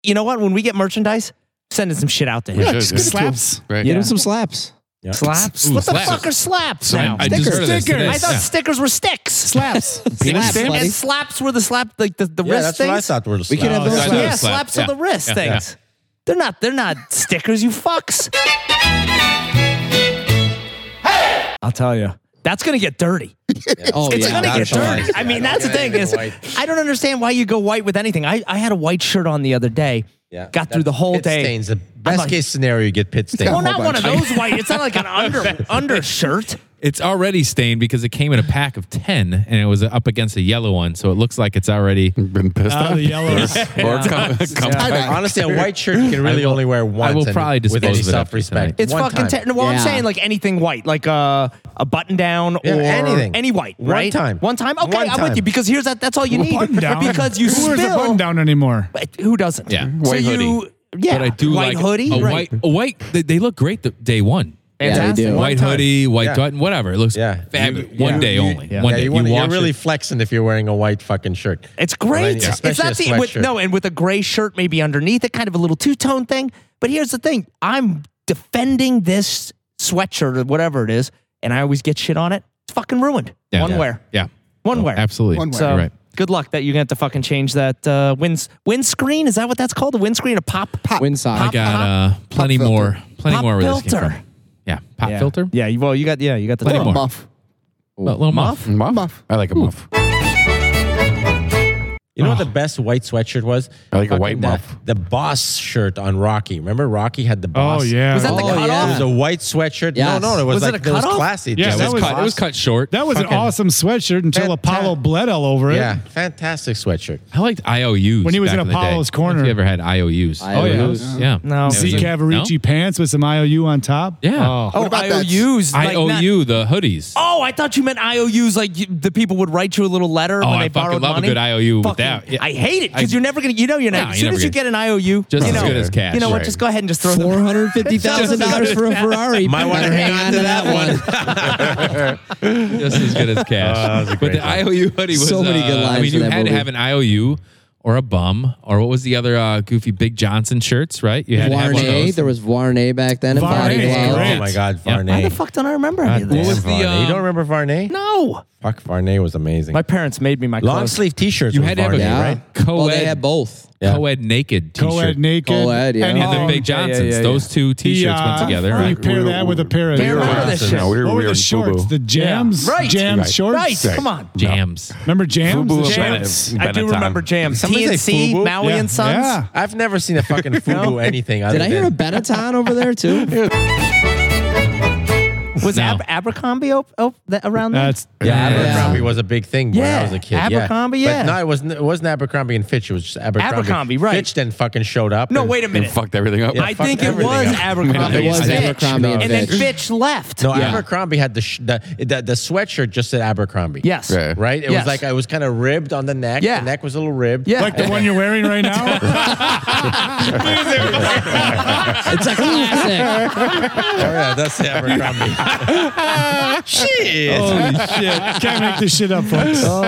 You know what? When we get merchandise, sending some shit out to him.
should,
just give
yeah.
it to him.
Slaps.
Right.
Get him some slaps.
Slaps.
Ooh,
what the
slaps.
fuck are slaps
I,
now?
I just heard of this today.
I thought
Yeah.
stickers were sticks. Slaps.
Penis
And
stamps?
slaps were the slap like the, the
Yeah,
wrist
that's
things.
what I thought were
We could have
Oh,
those.
I
slaps.
know.
Yeah,
slap.
slaps
Yeah.
are the wrist
Yeah,
things. They're not they're not stickers, you fucks. I'll tell you. That's gonna get dirty.
Oh
It's
yeah.
gonna get
Naturalized.
dirty. I mean,
Yeah,
that's the
don't
thing
get
is,
anything
I don't understand why you go white with anything. I, I had a white shirt on the other day. Got through the whole
pit
day.
Stains. The best
like-
case scenario, you get pit stains.
Well, not one of those white. It's not like an under undershirt.
It's already stained because it came in a pack of ten, and it was up against a yellow one, so it looks like it's already.
Been pissed
Oh,
off.
the yellows.
Or come, come
Like, honestly, a white shirt you can really only wear once.
will
and
probably
with
dispose
any
of it after
self-respect.
tonight.
It's
One
fucking.
time.
Te- well, I'm
Yeah.
saying like anything white, like uh, a button down
Yeah,
or
anything.
any white,
One
right?
time.
one time. Okay,
One
I'm
time.
with you because here's that. That's all you need.
Button down.
Because you
Who
spill.
wears a button down anymore?
But Who doesn't?
Yeah.
so
White
you,
hoodie.
Yeah,
Mm-hmm. But I do
white
like
hoodie.
A
right.
white, a white. They, they look great the day one.
Yeah, they
Fantastic.
do.
White
time.
hoodie, white
Yeah.
button, whatever. It looks
Yeah.
fabulous.
You-
one
you-
day
you-
only.
Yeah,
one day.
you wanna,
wash
you're really
it.
flexing if you're wering a white fucking shirt.
It's great.
Yeah.
It's not
Especially
the
a
with,
sweatshirt.
no, and with a gray shirt maybe underneath it, kind of a little two tone thing. But here's the thing: I'm defending this sweatshirt or whatever it is, and I always get shit on it. It's fucking ruined.
Yeah.
One
Yeah.
wear.
Yeah.
One word.
Oh, Absolutely.
One word. So,
Right.
Good luck that you're gonna have to fucking change that uh, winds windscreen. Is that what that's called? A windscreen? A pop pop
I
windside.
got uh, plenty more, plenty
Pop
more where this came
filter.
from. Yeah, pop
Yeah.
filter.
Yeah, you- well, you got yeah, you got the
Plenty
little
more.
muff.
A little muff.
Muff. I like a muff. Ah.
You know what the best white sweatshirt was?
I like a
Fucking
white
the,
muff.
The boss shirt on Rocky. Remember Rocky had the boss.
yeah. Was that the
Oh,
cutoff?
It was a white sweatshirt.
Yes.
No, no, it was,
Was it
like
a
it was
cutoff?
classy.
Yeah,
Just
that was-
boss-
it was
cut short.
That was an
Fucking-
awesome sweatshirt until Apollo bled all over it.
Yeah, fantastic sweatshirt.
I liked IOUs
When he was
back
in
the day.
Apollo's
I don't know
corner.
If you ever had IOUs?
Oh, yeah. IOUs?
yeah.
No. Z
Yeah.
Cavarici pants with some IOU on top.
Yeah.
Oh,
IOUs. like not-
IOU the hoodies.
Oh, I thought you meant IOUs. Like you, the people would write you a little letter
Oh,
when
I
they
fucking
borrowed
love a
money.
good IOU with
Fucking-
that. Yeah.
I hate it
I-
because you're never gonna. You know, you're not.
No,
as
you
soon
never
as you
get-
get an IOU,
Just
you
as
know,
good as cash,
You know what?
right.
Just go ahead and just throw them.
Four hundred fifty thousand dollars for a Ferrari.
Might want to hang on to that one.
just as good as cash.
Oh, that was a
but
great
the
one.
IOU hoodie was
So many
uh,
good lines
I mean,
in
you
that
had to
movie.
have an IOU or a bum or what was the other uh, goofy Big Johnson shirts, right? You had to have one of
Varney.
those.
There was Varney back then.
Varney,
and Body Glove.
Oh my God,
Yeah.
Varney.
Why the fuck don't I remember any of
What
this?
was the,
Varney. you
um,
don't remember Varney?
No,
Fuck, Varney was amazing.
my parents made me my
Long
clothes.
sleeve T-shirts.
You
was
had to have
Varney,
a
Yeah.
right?
co-ed,
Well, they had both.
Yeah.
co-ed naked T-shirt.
Co-ed naked.
Co-ed, yeah.
And
and the Big
yeah, yeah,
Johnsons.
yeah.
Those two T-shirts went together.
uh, You
Right?
pair that with a pair of
Pair
what
that with a shit.
No, we were,
were
we were
the
in
shorts?
Fubu.
The jams,
Right.
jams
Right.
shorts.
Right. Come on.
Jams.
Remember jams?
Fubu
The
and
jams.
Benetton.
I do remember jams.
Somebody say
TNC,
Fubu?
Maui and Sons.
Yeah.
I've never seen a fucking Fubu anything.
Did I hear a Benetton over there too?
Was
No.
Ab- Abercrombie op- op- that around there?
That's
Yeah, Abercrombie
Yeah.
was a big thing when I was a
Yeah,
kid.
Abercrombie, yeah.
But no, it wasn't. It wasn't Abercrombie and Fitch. It was just Abercrombie.
Abercrombie, right.
Fitch then fucking showed up.
no,
and-
wait a
And
minute.
fucked everything up.
I
fuck
think it
everything
was
up.
Abercrombie.
It was
Fitch,
Abercrombie and
and then
Fitch.
Fitch left.
No,
Yeah.
Abercrombie had the, sh- the the the sweatshirt just said Abercrombie.
Yes.
Yeah.
Right. It
Yes.
was like it was kind of ribbed on the neck.
Yeah.
The neck was a little ribbed.
Yeah.
like the one you're wearing right now.
it's a classic.
Oh, yeah, that's the Abercrombie. Shit.
Holy shit!
Can't make this shit up, folks.
Oh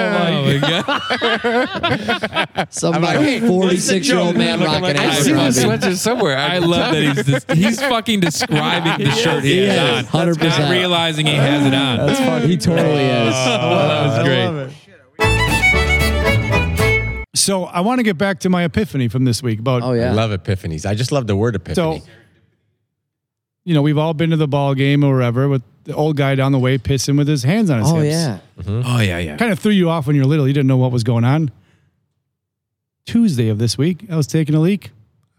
my god!
Some
I'm like, hey,
like
what's the
46 year old
joke?
man
Looking
rocking
like
an
I've
I've seen this
Abercrombie.
sweatshirt somewhere.
I love that he's just, he's fucking describing the shirt he
Yes,
has on, not
100%.
realizing he has it on.
That's funny. He totally is.
Oh, that was great.
So I want to get back to my epiphany from this week about
Oh
I
yeah.
love epiphanies. I just love the word epiphany.
So, you know, we've all been to the ball game or wherever with the old guy down the way pissing with his hands on his
Oh
hips.
yeah.
Mm-hmm.
Oh yeah, yeah.
Kind of threw you off when you were little. You didn't know what was going on. Tuesday of this week, I was taking a leak.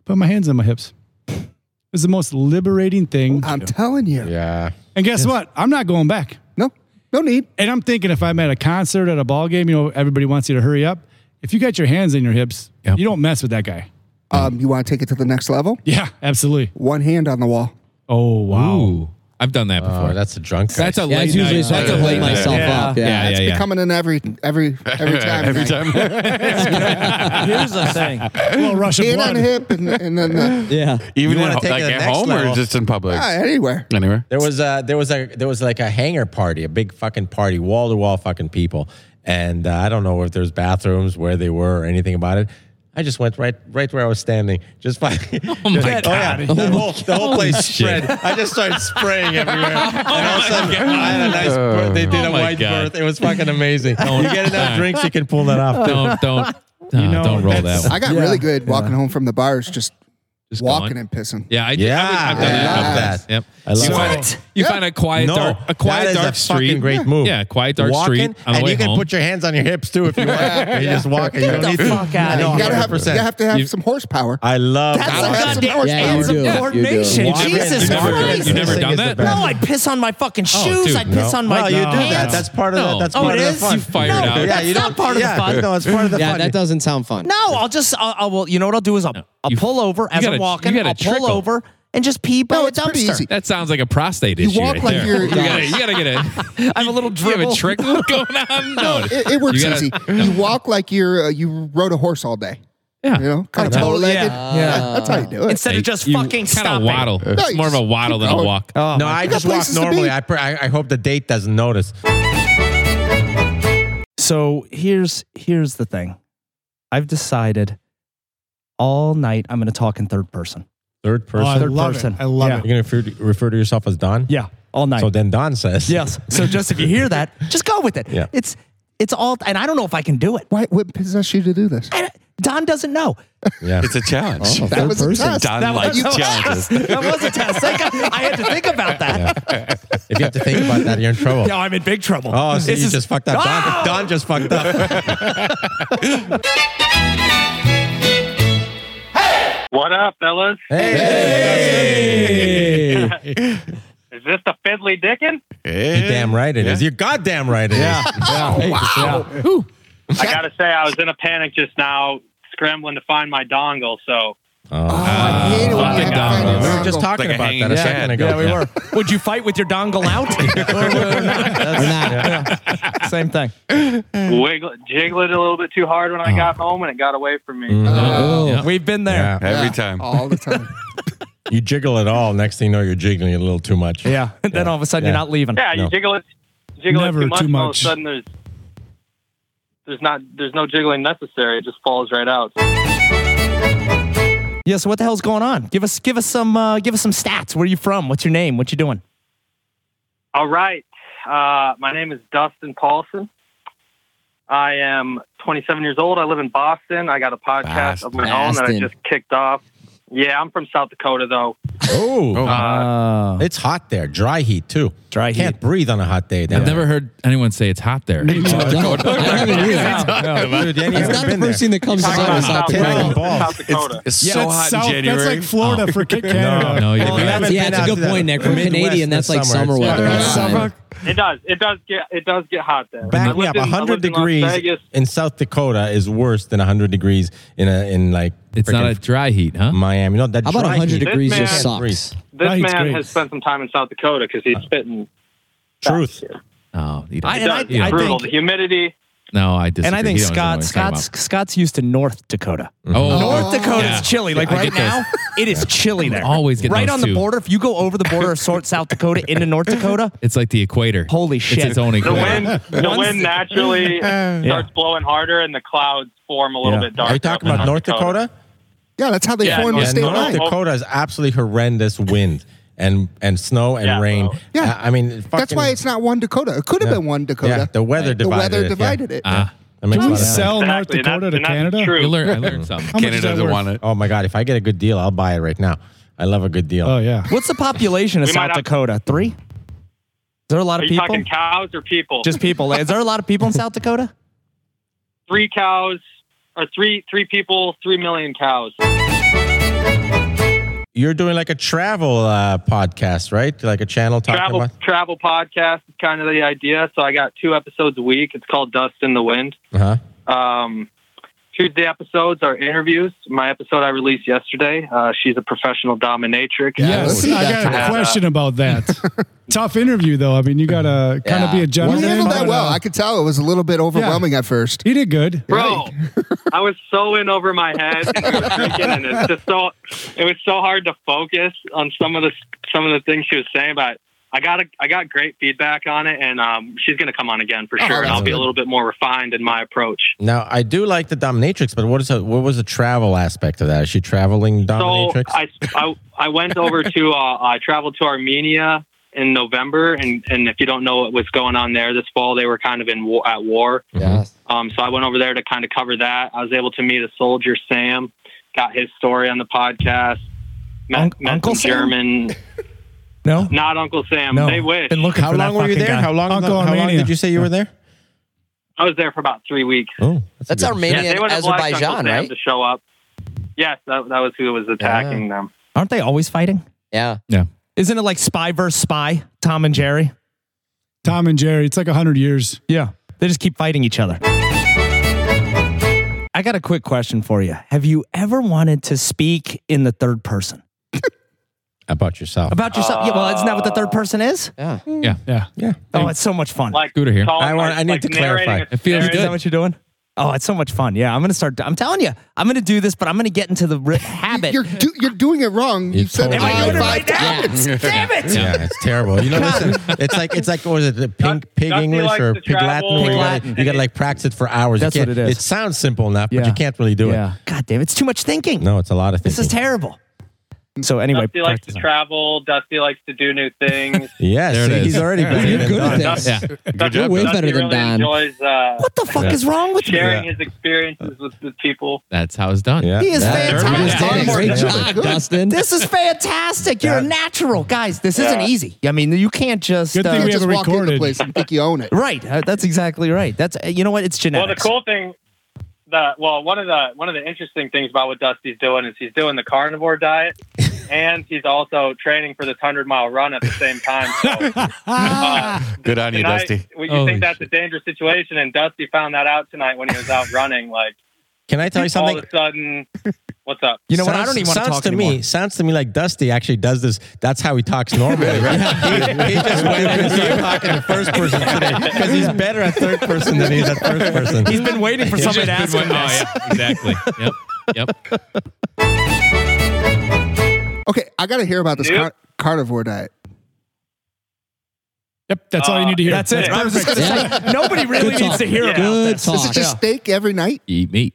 Put my hands on my hips. It was the most liberating thing.
I'm telling you.
yeah.
And guess what? I'm not going back.
No, no need.
And I'm thinking if I'm at a concert at a ball game, you know, everybody wants you to hurry up. If you got your hands in your hips,
Yep.
you don't mess with that guy.
Um, you want to take it to the next level?
Yeah, absolutely.
One hand on the wall.
Oh wow.
Ooh, I've done that before.
Oh, that's a drunk. Guy.
that's a
Yeah,
late
it's usually
night.
so I
That's a
can
late
hold
night.
myself up.
Yeah,
Yeah.
yeah, yeah.
Becoming an every every every time.
every
guy.
time.
Here's the thing.
A little rush of
Hand
blood.
on hip and, and then the,
Yeah.
Even
wanna
at,
take it
like,
to the
at
next
home
level.
or just in public?
Ah, anywhere.
Anywhere.
There was a there was a there was like a hangar party, a big fucking party, wall to wall fucking people. And uh, I don't know if there's bathrooms where they were or anything about it. I just went right right where I was standing. Just fucking. Oh
my God. Oh
yeah, the, whole, the whole place spread. I just started spraying everywhere. and all of a sudden, I had a nice. birth. They did
Oh
a
my
wide
God.
birth. It was fucking amazing. you get enough drinks, you can pull that off. too.
Don't don't uh,
know,
don't roll that
that's-
one.
I got really good walking home from the bars, just,
Just
walking
going.
and pissing.
Yeah, I did.
Yeah,
I would- I've done
I
that. a couple
love
times.
that.
Yep.
I love
you
that.
Find, you find a quiet
No,
dark a quiet
that is
dark
a
street.
Fucking great move.
Yeah, quiet dark
Walking,
street on the
and
way
you can
home.
put your hands on your hips too if you want. You just walking. You
Get
don't
the
need to.
fuck outta
No,
here.
You gotta have, you
100%.
have to have
You-
some horsepower.
I love.
That's
Gotta
a
have some
goddamn
Yeah, you
hands
do. You
of
do.
coordination.
You
do.
Jesus
you never,
Christ.
you never done
This thing is
that? Oh,
the best. Oh,
No, I'd piss on my fucking shoes.
dude,
I'd piss
No.
on my
Well, you do that.
pants.
That's part of
No.
the. That's
Oh,
part
it
of
is?
the fun.
You fired it out.
Yeah, you
That's not
don't.
part of the
yeah,
fun.
No, it's part of the
Yeah,
fun.
that doesn't sound fun.
No, I'll just, I'll, I will, you know what I'll do is I'll, I'll
you-
pull over as
gotta-
I'm
you
walking.
gotta
I'll pull
trickle.
over and just pee by
No,
a
it's pretty
dumpster.
easy.
That sounds like a prostate issue.
walk
right
like
there.
you're-
You gotta, you gotta get a.
I have a little
Do you have
dribble.
a trickle going on? No,
It, it works
You gotta-
easy. You walk like you're uh, you rode a horse all day.
Yeah.
You know, kind of
Yeah.
bow legged.
Yeah.
Uh,
that's how you do it.
Instead of just
You
fucking
Kind
stopping.
of waddle.
No,
It's
you
more of a
just
waddle
keep
than a
Oh.
going.
walk.
no, I just
got
walk
places to
normally.
be.
I, pr- I I hope the date doesn't notice.
So here's here's the thing. I've decided all night I'm going to talk in third person.
Third
Oh, I
person.
Third
love
person.
it. I love
Yeah.
it.
You're gonna refer to, refer to yourself as Don.
Yeah, all night.
So then Don says.
yes. So just if you hear that, just go with it.
Yeah.
It's It's all, and I don't know if I can do it.
Why? What possessed you to do this?
Don doesn't know.
Yeah.
It's a challenge.
Oh, that was a test.
Don
That
likes
was-
challenges.
that was a test. Thank God. I had to think about that.
If you have to think about that, you're in trouble.
No, I'm in big trouble.
Oh, so
This
you
is-
just fucked up.
Ah!
Don, Don just fucked up.
What up, fellas?
Hey.
Is this the fiddly dickin?
You're damn right it is. You're goddamn right it is.
Yeah.
wow.
I gotta say, I was in a panic just now, scrambling to find my dongle. So
Oh,
Uh,
We were just talking
Like a
about
hanging
that a
chad.
second ago.
Yeah, we were. Would you fight with your dongle out? Or not? Yeah. Same thing.
wiggle, jiggle it a little bit too hard when I got home, and it got away from me.
Oh.
Yeah. We've been there.
Every time.
All the time.
You jiggle it all. Next thing you know, you're jiggling it a little too much.
Yeah. And then all of a sudden
Yeah.
you're not leaving.
Yeah, you
No.
jiggle it, jiggle
Never
it too much,
too
and all of a
much.
sudden there's there's not there's no jiggling necessary. It just falls right out.
Yeah. So what the hell's going on? Give us give us some uh, give us some stats. Where are you from? What's your name? What you doing?
All right. Uh, my name is Dustin Paulson. I am 27 years old. I live in Boston. I got a podcast of my own
Boston.
that I just kicked off. Yeah, I'm from South Dakota though.
Oh,
Ah.
Uh,
it's hot there. Dry heat too. Dry Can't breathe on a hot day. down
I've never heard anyone say it's hot there.
there. Dude, yeah, you haven't
not
been there.
that comes
Talk about South Dakota. South Dakota.
It's so
that's
hot
south-
in January.
That's like Florida for Kit
No,
Kat.
no, you haven't.
Well, we haven't
Yeah,
been
it's a
out
good
to that
point, Nick. We're
Midwest
Canadian.
this
That's like summer
It's
weather.
not
Yeah.
summer.
Summer.
It does. It does get. It does get hot there. I
Back me
lived
up.
in- I
100
lived in Las
degrees
Vegas.
in South Dakota is worse than 100 degrees in a in like
It's not a
frickin'
dry heat, huh?
Miami. No, that
How about
dry
100
heat.
degrees
man-
just sucks?
Degrees.
This
Right,
man
great.
has spent some time in South Dakota because
Uh,
he's spitting.
Truth.
Oh, you don't-
I-
It
and I-
does. It's
I
brutal.
think-
the humidity.
no, I disagree.
and I think
He don't know what
Scott
he's talking
Scott's Scott's used to North Dakota.
about. Oh,
North Dakota's
Yeah.
chilly. Like
I
right
get those.
now, it is chilly there.
Always get
right
those
on
two.
the border. If you go over the border of sort South Dakota into North Dakota,
It's like the equator.
Holy shit.
It's its own
The
equator.
wind. The
Once-
wind naturally starts blowing harder, and the clouds form a little
Yeah.
bit darker.
Are you
up in
talking about North Dakota?
Yeah, that's how they
Yeah,
form
yeah,
the state
North
line.
Dakota is absolutely horrendous wind and and snow and
Yeah,
rain.
bro.
Yeah.
I I mean, fucking,
That's why it's not one Dakota. It could have
Yeah.
been one Dakota.
yeah. The weather
The
divided
weather
it.
divided it.
Ah,
Yeah. That makes a
Can we
lot of sense.
sell North
Exactly, and that's-
Dakota to
and that's
Canada?
true.
you learn, I learned something.
How much is
Canada
that
doesn't
worth?
want it.
Oh my god! If I get a good deal, I'll buy it right now. I love a good deal.
Oh yeah.
what's the population of
We might
South
have-
Dakota? Three. Is there a lot
Are
of
you
people?
talking cows or people?
Just people. Is there a lot of people in South Dakota?
three cows or three three people, three million cows.
You're doing like a travel uh, podcast, right? Like a channel talking
Travel
about.
travel podcast is kind of the idea. So I got two episodes a week. It's called Dust in the Wind.
Uh-huh.
Um, Tuesday episodes are interviews. My episode I released yesterday. Uh, she's a professional dominatrix.
Yes,
Yeah,
I got
that's-
a question about that. Tough interview though. I mean, you got to kind of be a
You
gentleman.
handled that
but,
well.
uh,
I could tell it was a little bit overwhelming at first.
he did good.
Bro, I was so in over my head, and, I was thinking, and it's just so it was so hard to focus on some of the some of the things she was saying. But I got a, I got great feedback on it, and um, she's gonna come on again for sure. And I'll be a little bit more refined in my approach.
Now I do like the dominatrix, but what is a, what was the travel aspect of that? Is she traveling
So
dominatrix?
I, I I went over to uh, I traveled to Armenia in November, and and if you don't know what was going on there this fall, they were kind of in war, at war.
Yes.
Um, so I went over there to kind of cover that. I was able to meet a soldier, Sam, got his story on the podcast. Met,
Unc-
met
Uncle
some
Sam?
German,
No.
not Uncle Sam.
No.
um, They wish.
Been looking
how
for that
long were you
fucking
there?
guy.
How long?
Uncle
how long
Armenia.
did you say you were there?
I was there for about three weeks.
Oh,
That's
a good-
Armenia
they
and
would have liked Uncle
Azerbaijan,
Sam
right?
to show up. Yes, that, that was who was attacking them.
Aren't they always fighting?
Yeah.
Isn't it like spy versus spy? Tom and Jerry.
Tom and Jerry. It's like hundred years.
Yeah. They just keep fighting each other. I got a quick question for you. Have you ever wanted to speak in the third person
about yourself.
about yourself? yeah, well, isn't that what the third person is?
Yeah.
Yeah.
Yeah.
yeah.
Oh, it's so much fun.
Like
Scooter here.
calling-
I want- I need
like
to
narrating
clarify.
a
It feels
story.
Is that what you're doing? Oh, it's so much fun. Yeah, I'm gonna start. I'm telling you, I'm gonna do this, but I'm gonna get into the ri habit.
You're do, you're doing it wrong. You,
You
said
totally
I
did.
five
Am I doing it
right
times.
Damn it!
Yeah, it's terrible. You know, listen, it's like it's like what is it, the pig
Dusty
pig
likes
English
to
or pig
travel.
Latin? where
Pig
you gotta-
Latin.
You got to like practice it for hours. You
That's what
can't-
it is.
It sounds simple enough,
Yeah.
but you can't really do
Yeah. God damn, it's too much
it.
thinking.
No, it's a lot of
This
thinking.
is terrible. So anyway,
Dusty likes to
practice.
travel. Dusty likes to do new things.
Yeah,
There it
see,
is.
he's already
There it
better
is.
than
You're good at
Don.
this. Yeah. Good
Dusty,
job,
Dusty
Don. Way better than
really
Don.
Enjoys, uh, what
the fuck is wrong with you?
sharing
Yeah.
his experiences with the people?
That's how it's done.
He is fantastic.
Dustin.
This is fantastic. You're a
Yeah.
natural. Guys, this isn't
Yeah.
easy. I mean, you can't just.
Good thing
uh,
we
just
haven't
walk into
recorded.
place and think you own it. right. Uh, that's exactly right. That's uh, You know what? It's
Well, the
genetics.
cool thing, the well, one of the one of the interesting things about what Dusty's doing is he's doing the carnivore diet, and he's also training for this hundred mile run at the same time. So, uh,
Good on you,
tonight,
Dusty.
well, you think that's a dangerous situation, and Dusty found that out tonight when he was out running. Like,
Can I tell you something?
All of a sudden, what's up?
Sounds- sounds to me. Sounds to me like Dusty actually does this. That's how he talks normally, right? he, he just went and started talking in first person today because he's better at third person than he is at first person.
He's been waiting for
He's
somebody to
just
ask
been
him
waiting-
Oh,
this.
yeah, exactly. Yep. Yep.
Okay, I got to hear about this
Yep.
car- carnivore diet.
Yep, that's all you need to hear.
That's it. I was just gonna say, nobody really Good needs to talk. hear about Good this. talk. Is it just
steak every night?
Eat meat.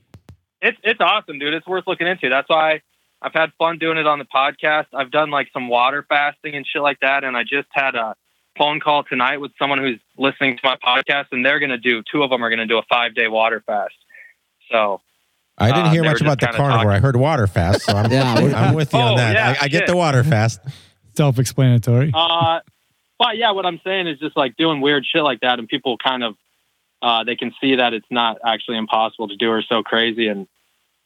It's it's awesome, dude. It's worth looking into. That's why I've had fun doing it on the podcast. I've done like some water fasting and shit like that, and I just had a phone call tonight with someone who's listening to my podcast, and they're gonna do two of them are gonna do a five day water fast. So
I didn't
Uh,
hear
they
much
were
about
just
the
kinda
carnivore. I heard water fast, so I'm,
Yeah, we're-
I'm with you on
Oh,
that.
yeah,
I, I get
shit.
the water fast.
Self-explanatory.
Uh, but yeah, what I'm saying is just like doing weird shit like that, and people kind of uh, they can see that it's not actually impossible to do or so crazy. And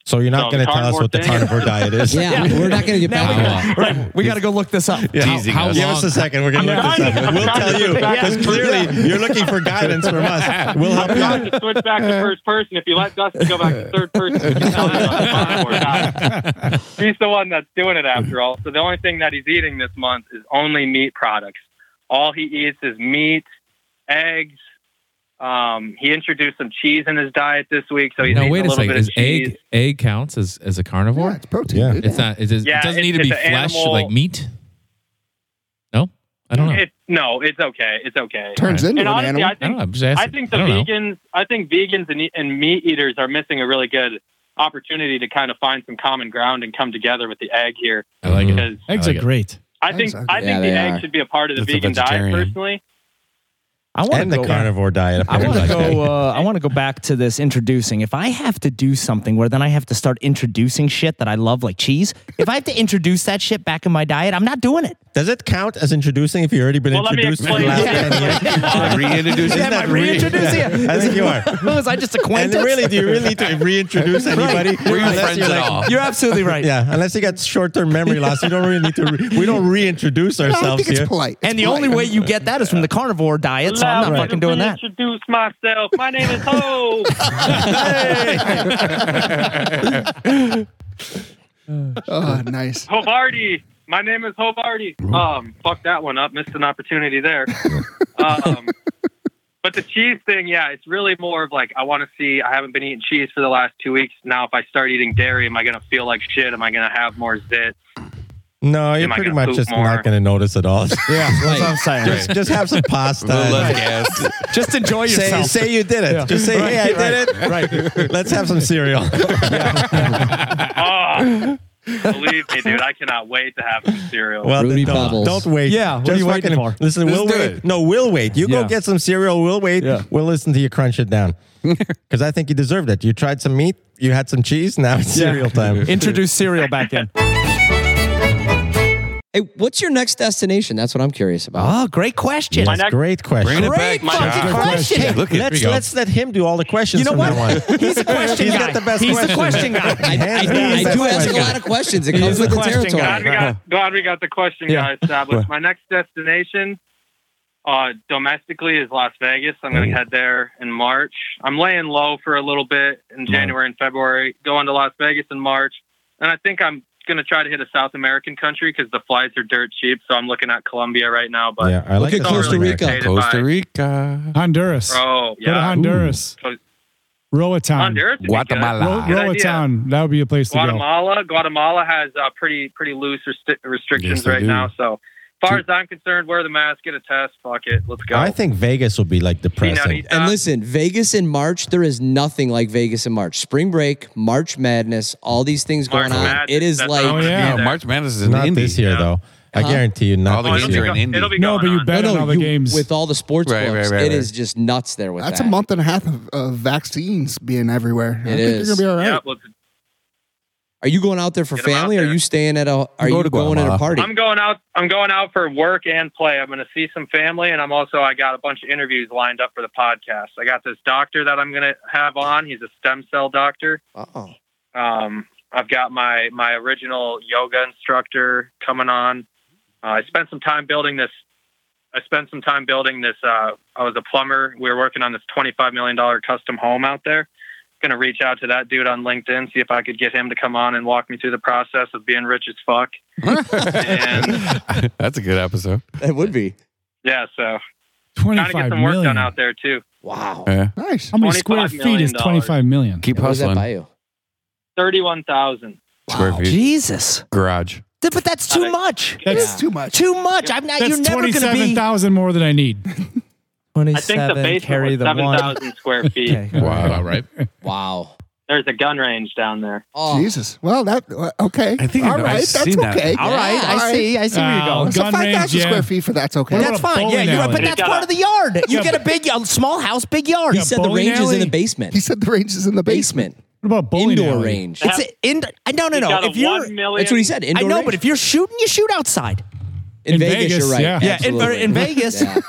So you're not
So
going
the
to tell us
carnivore
what the
thing-
carnivore diet is.
Yeah, we're not gonna get Now back we to
that. Right, we got to go look this up.
Yeah. Give us a second. We're going to look this up. We'll tell you because clearly you're looking for guidance from us. We'll help you.
have to switch back to first person. If you let Dusty go back to third person, you can tell him about the carnivore diet. he's the one that's doing it after all. So the only thing that he's eating this month is only meat products. All he eats is meat, eggs. Um, he introduced some cheese in his diet this week, so he's
No,
eating
wait
a
a
little
second.
bit of
Is
cheese.
egg egg counts as, as a carnivore? it's
protein.
Yeah. It's not. It, is,
Yeah,
it doesn't
it's-
need to be
it's an
flesh
animal-
like meat. No, I don't know.
It, no, it's okay. It's okay.
Turns
And
into an
honestly,
animal.
I
I don't
think,
know, I'm just
I
asking.
think the
I don't know.
vegans, I think vegans and, e- and meat eaters are missing a really good opportunity to kind of find some common ground and come together with the egg here.
I like
because
it.
Eggs are great.
I think
Eggs are
I think
good. Yeah,
the
they
egg
are.
should be a part of the
That's a
vegan diet
vegetarian.
personally.
I wanna
and the
go-
carnivore diet.
I want to
apparently.
go. Uh, I want to go back to this introducing. If I have to do something where then I have to start introducing shit that I love, like cheese. If I have to introduce that shit back in my diet, I'm not doing it.
Does it count as introducing if you've already been
Well, let me
introduced in the
explain.
last
Yeah.
10 years?
Reintroducing?
Isn't
Am I
that re-
reintroducing?
Yeah, I think you are.
Was I just acquainted?
And really, do you really need to reintroduce
Right.
anybody?
Were you
Unless
friends
you're
at all? You're absolutely right.
Yeah, unless you got short-term memory loss, you don't really need to. Re- we don't reintroduce ourselves here.
and the only way you get that is from the carnivore diet, so I'm
Allow
not
me
fucking
to
doing that.
Introduce myself. My name is Ho.
Oh, nice.
Hovardi. My name is Hovardi. Um, fuck that one up. Missed an opportunity there. um, but the cheese thing, yeah, it's really more of like I want to see. I haven't been eating cheese for the last two weeks. Now, if I start eating dairy, am I gonna feel like shit? Am I gonna have more zit?
No, you're
Am I
pretty
gonna
much
poop
just
more?
not going to notice at all.
Yeah, that's what I'm saying.
Just, just have some pasta.
Little less
and-
gas.
Just enjoy
Say-
yourself.
Say, you did it.
Yeah.
Just say,
Right,
hey, I did it. Right. Let's have some cereal.
Oh, believe me, dude, I cannot wait to have some cereal.
Well, then don't, don't wait.
Yeah, what
Just
are you waiting
fucking-
for?
Listen,
Just
we'll
do
wait.
it.
No, we'll wait. You
Yeah.
go get some cereal. We'll wait. We'll listen to you crunch it down. Because I think you deserved it. You tried some meat. You had some cheese. Now it's
Yeah.
cereal time.
Introduce cereal back in.
Hey, what's your next destination? That's what I'm curious about.
Oh, great question.
My
That's
next-
great question.
Bringing it Ah, Great back, fucking Chuck. question.
Hey,
Look at- here we
let's,
go.
let's let him do all the questions.
You know what?
from Now on.
He's a question
He's
guy.
got the best
He's the
questions.
question guy. I-
Hands
I-
down,
I do
he's
ask
the
a
question
lot
guy.
of questions. It He comes is with the the question territory. guy.
Glad we, got, glad we got the question guy established. My next destination uh, domestically is Las Vegas. I'm going to head there in March. I'm laying low for a little bit in January and February, going to Las Vegas in March. And I think I'm going to try to hit a South American country because the flights are dirt cheap. So I'm looking at Colombia right now. But
Yeah, I like
it's
the
all
Costa
really
Rica.
dictated
Costa
by-
Rica.
Honduras.
Oh,
Go to
yeah.
Honduras.
So-
Roatan.
Honduras would be good. Guatemala. Good
Ro-
idea.
Roatan. That would be a place to go.
Guatemala. Guatemala has uh, pretty pretty loose resti- restrictions
Yes, they
right
do.
now, so far as I'm concerned, wear the mask, get a test, fuck it, let's go.
I think Vegas will be like depressing.
Nutty.
And listen, Vegas in March, there is nothing like Vegas in March. Spring break, March Madness, all these things going on. it is like
Oh,
March Madness is in
not
Indy.
this year though.
Huh?
I
Uh-huh.
guarantee you, not
Oh,
All the
this
games
year.
are in Indy.
no, but you
bet on all the games.
with all the sports
Right,
books.
right, right,
It
right.
is just nuts there with
That's
that.
a month and a half of, of vaccines being everywhere. I
It
think
is.
You're gonna be all right.
Yeah, let's
Are you going out there for
Get 'em out
family? Or are you staying at a? Are
Go
you
to
going at a
Guatemala.
party?
I'm going out. I'm going out for work and play. I'm going to see some family, and I'm also I got a bunch of interviews lined up for the podcast. I got this doctor that I'm going to have on. He's a stem cell doctor.
Oh,
Um, I've got my my original yoga instructor coming on. Uh, I spent some time building this. I spent some time building this. Uh, I was a plumber. We were working on this twenty-five million dollar custom home out there. Going to reach out to that dude on LinkedIn, see if I could get him to come on and walk me through the process of being rich as fuck. and
That's a good episode.
that would be.
yeah, so trying to
25
get some work done
million.
out there too.
Wow.
Yeah.
Nice.
How many
25
square feet
million
is
dollars.
25 million?
Keep
Yeah, what does that
hustling.
buy you?
Thirty-one thousand.
Square
Oh,
feet.
Jesus.
Garage.
Th- But that's too much.
It's
Yeah.
too much.
Too much. I'm not.
That's
You're never going to be.
27,000 more than I need.
I think the
27, carry
basement was
the
seven
one.
thousand square feet.
Okay.
Wow. Right.
Wow.
There's a gun range down there.
Oh,
Jesus. Well, that well, okay.
I think I
all
know. I've
right. That's
seen that.
okay.
All right,
Yeah.
I see. I see where you're
Oh,
going.
So
Gun
five
range,
thousand
yeah.
square feet for that's okay.
What
That's
about a
fine. Yeah,
bowling
you're right, but
alley?
that's
They got
part
a-
of the yard. You
Yeah,
get a big, a small house, big yard.
Yeah,
he said the
bowling
range is in the
alley?
basement.
He said the range is in the basement.
basement.
What about bowling
Indoor
alley?
range.
It's a, in. I no, no,
He's
no.
got a
If you're,
one million.
That's what he said.
I
Indoor
know,
range.
but if you're shooting, you shoot outside.
in,
In
Vegas,
Vegas,
you're right.
yeah. Yeah,
in- or in
Absolutely.
Vegas.
Yeah.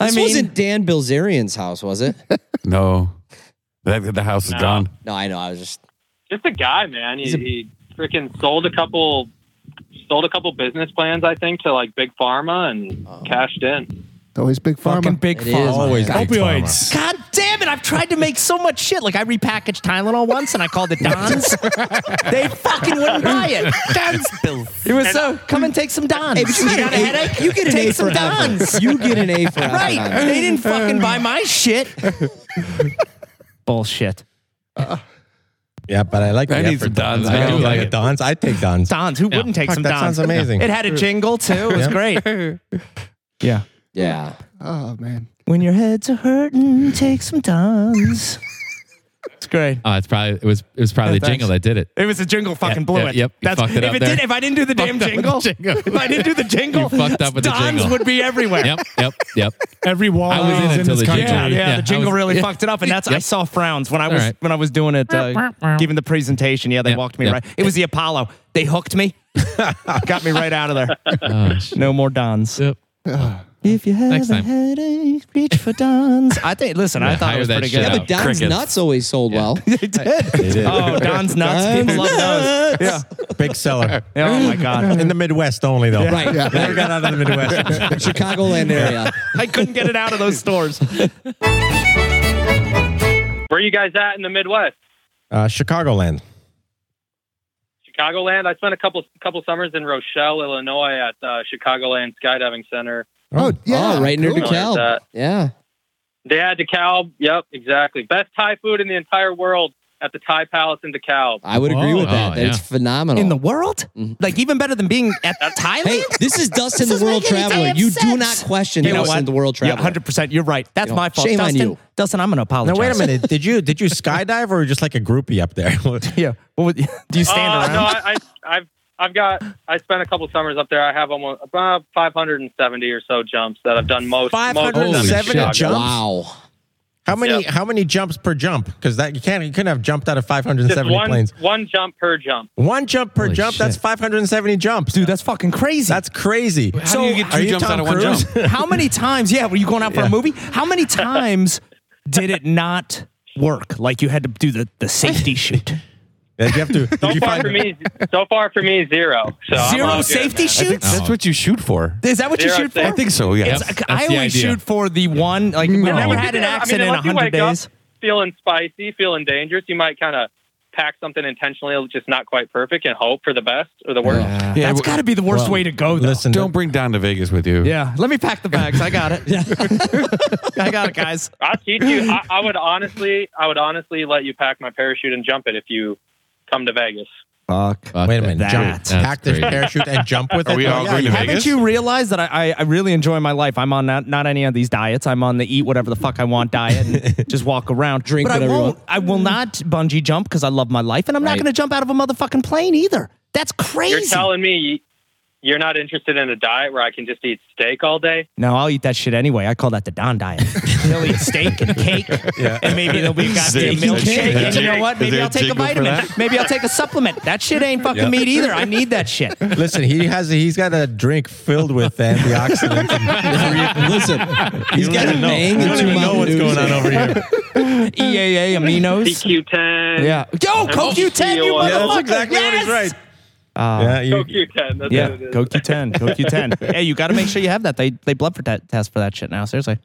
I
This
mean,
wasn't Dan Bilzerian's house, was it?
No. That, the house is
No.
gone.
No, I know. I was just
Just a guy, man. He,
He's a-
he freaking sold a couple, sold a couple business plans, I think, to like big pharma and
Oh.
cashed in.
It's always big
fucking
pharma.
big
It is.
farm.
Always big
Opioids.
God damn it! I've tried to make so much shit. Like I repackaged Tylenol once, and I called it Don's. they fucking wouldn't buy it. Don's. It was so. Come and take some Don's. you got a headache? You get an take some Don's.
you get an A for effort
right?
on it.
They didn't fucking buy my shit. Bullshit.
Yeah, but I like
I
the
need
effort.
some Dons,
I
man.
do
I
like
like
a
it.
Don's. I take Don's.
Don's. Who wouldn't take
Fuck,
some
that
Don's?
sounds amazing.
It had a jingle too. It was
Yeah.
great.
Yeah.
Yeah.
Oh man.
When your heads are hurting, take some Don's. it's great.
Uh, it's probably it was it was probably
Yeah,
the jingle that
thanks.
did it.
It was a jingle fucking blew
yeah,
it.
yep, you fucked it
if
up
it
there.
did if I didn't do the damn
up with
jingle,
the jingle.
If I didn't do the jingle,
You fucked up with the
Don's
jingle.
would be everywhere.
Yep, yep, yep.
Every wall
I was in
is
it
in
till
this
the
country.
jingle.
Yeah, yeah,
Yeah, I
the jingle
was-
really
yeah.
fucked it up, and that's I
Yep.
saw frowns when I was
All right.
when I was doing it, uh, giving the presentation. Yeah, they
Yep,
walked me
yep.
right. It was the Apollo. They hooked me, got me right out of there.
Oh, shit.
No more Don's.
Yep.
If you have
Next
a
time.
headache, reach for Don's. I think. Listen, I
Yeah,
thought
hire
it was
that
pretty
shit
good.
out.
Yeah, but Don's
crickets.
nuts always sold well.
They did.
It is.
Oh, Don's nuts.
Don's
People love those.
Big seller.
Yeah. Oh my god.
In the Midwest only, though.
Right.
Yeah. Never got out of the Midwest.
Chicagoland area.
I couldn't get it out of those stores.
Where you guys at in the Midwest?
Uh, Chicagoland.
Chicagoland. I spent a couple couple summers in Rochelle, Illinois, at uh, Chicagoland Skydiving Center.
Oh yeah.
oh, right near
cool.
DeKalb.
Uh,
yeah.
They had DeKalb. Yep, exactly. Best Thai food in the entire world at the Thai Palace in DeKalb.
I would agree
Whoa.
with that.
Oh,
That's
yeah.
phenomenal.
In the world?
Mhm.
Like even better than being at Thailand?
hey, this is Dustin the
doesn't
World
make any
Traveler.
damn
You do
sense.
not question
You know
Dustin
what?
the World
Yeah,
Traveler.
hundred percent. You're right. That's
You know,
my fault.
shame on
Dustin,
you.
Dustin. I'm gonna
Now
apologize.
wait a minute. Did you did you skydive or just like a groupie up there?
Yeah. What would, do you stand
Uh,
around?
No, I, I, I've I've got I spent a couple summers up there. I have almost about 570 or so jumps that I've done most. most of them in
570
Chicago.
jumps?
Wow.
How many
Yeah.
how many jumps per jump? Because that you can't you couldn't have jumped out of
Just
570
one
planes.
one jump per jump.
One jump per
Holy
jump.
shit.
That's 570 jumps.
Dude, that's fucking crazy.
That's crazy.
How do you get two
are you
jumps
Tom
out of one
Cruise?
jump?
how many times? Yeah, were you going out for a movie? How many times did it not work? Like you had to do the, the safety shoot.
Yeah, you have to.
So
did you
far
find-
for me, so far for me, zero. So I'm all
Zero
good,
safety
man.
shoots?
That's what you shoot for.
Is that what you
Zero
shoot for?
safety. I
think so, yeah.
It's-
That's
I
the
always
idea.
shoot for the one. Like we
Unless
never
you
had an
get- I mean,
accident
unless you
in hundred
wake up
days.
feeling spicy, feeling dangerous, you might kind of pack something intentionally, just not quite perfect, and hope for the best or the worst.
Yeah.
Yeah,
That's
w-
got to be the worst
well,
way to go, though.
Listen,
Don't bring Don to Vegas with you.
Yeah, let me pack the bags. I got it. I got it, guys.
I'll teach you. I, I would honestly, I would honestly let you pack my parachute and jump it if you come to Vegas.
Fuck.
Wait a minute.
that.
Jump.
That's
Hack the
great.
parachute and jump with it.
Yeah, Haven't you realized that I, I, I really enjoy my life? I'm on not, not any of these diets. I'm on the eat whatever the fuck I want diet and just walk around.
Drink
but I
whatever you
won't. I will not bungee jump because I love my life and I'm not
Right.
going to jump out of a motherfucking plane either. That's crazy.
You're telling me you're not interested in a diet where I can just eat steak all day?
No, I'll eat that shit anyway. I call that the Don diet. They'll eat steak and cake, and maybe there'll be a goddamn
Steak and
milkshake.
cake.
And you know
Is
what?
there
Maybe
a
I'll take a
jingle for
vitamin.
that?
Maybe I'll take a supplement. That shit ain't fucking
Yeah.
meat either. I need that shit.
Listen, he has he's got a drink filled with antioxidants.
Listen,
he's got a bang and two know what's going on over here.
EAA E aminos.
CQ10.
Yeah. Yo, CoQ10, you motherfucker.
uh, Yeah, that's
exactly
yes!
what he's right.
Uh,
Yeah, you-
CoQ10. That's
yeah,
what it is.
CoQ10, CoQ10. hey, you got to make sure you have that. They they blood for that test for that shit now. Seriously,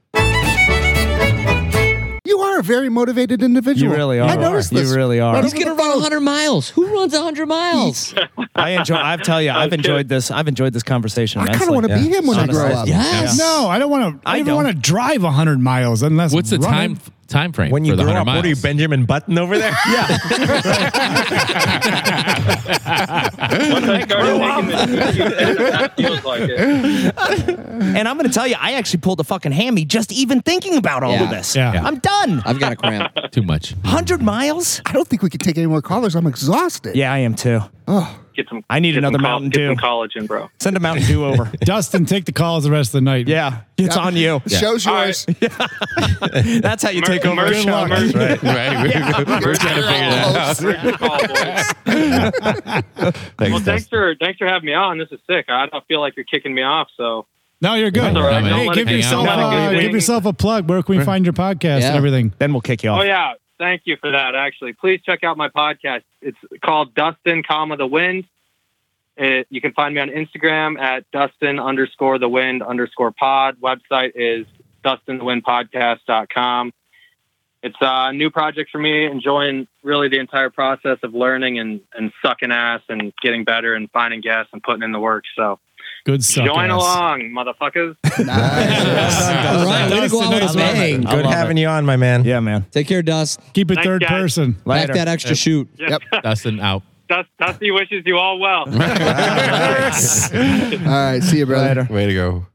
You are a very motivated individual.
you really are.
I noticed this.
You really are.
He's gonna run 100 miles. Who runs 100 miles?
I enjoy. I tell you, I've enjoyed this. I've enjoyed this conversation.
I kinda
immensely.
wanna be him when I grow
Honestly.
up.
Yeah.
No, I don't want to. I,
I
don't want to drive 100 miles unless.
What's the
running-
time time frame
When
for
you
the
grow
100
up,
miles?
what are you, Benjamin Button over there? yeah.
Once I started taking this, it feels like it.
And I'm going to tell you, I actually pulled a fucking hammy just even thinking about all
Yeah.
of this.
Yeah. Yeah.
I'm done.
I've got a cramp.
Too much.
100 miles?
I don't think we can take any more callers. I'm exhausted.
Yeah, I am too.
Oh,
Get some.
I need
get
another
some col-
Mountain
Get
Dew.
some collagen, bro.
Send a Mountain Dew over.
Dustin, take the calls the rest of the night.
Yeah, it's on you.
show's
All
yours.
That's how you take over a
Merch,
show.
merch.
Right. We're, we're trying to figure that out.
Where's the call, boys?
Thanks,
Well,
Dustin.
thanks for thanks for having me on. This is sick. I don't feel like you're kicking me off, so
No, you're good.
That's all right. Don't
Hey,
let
give
it-
yourself,
don't let it
uh,
get
give
wings.
yourself a plug. Where can we find your podcast
Yeah.
and everything?
Then we'll kick you off.
Oh yeah, thank you for that. Actually, please check out my podcast. It's called Dustin, comma the Wind. It, you can find me on Instagram at Dustin underscore the Wind underscore Pod. Website is DustinTheWindPodcast.com. It's a new project for me. Enjoying really the entire process of learning and and sucking ass and getting better and finding guests and putting in the work. So
Good stuff.
join along, motherfuckers.
All right, way to go out with a bang.
Good having you on, my man.
Yeah, man.
Take care, Dust.
Keep it
Thanks,
third
guys.
person.
Back
Later.
that extra shoot.
Yep.
Dustin out.
Dusty wishes you all well.
All right. See you, brother.
Way to go.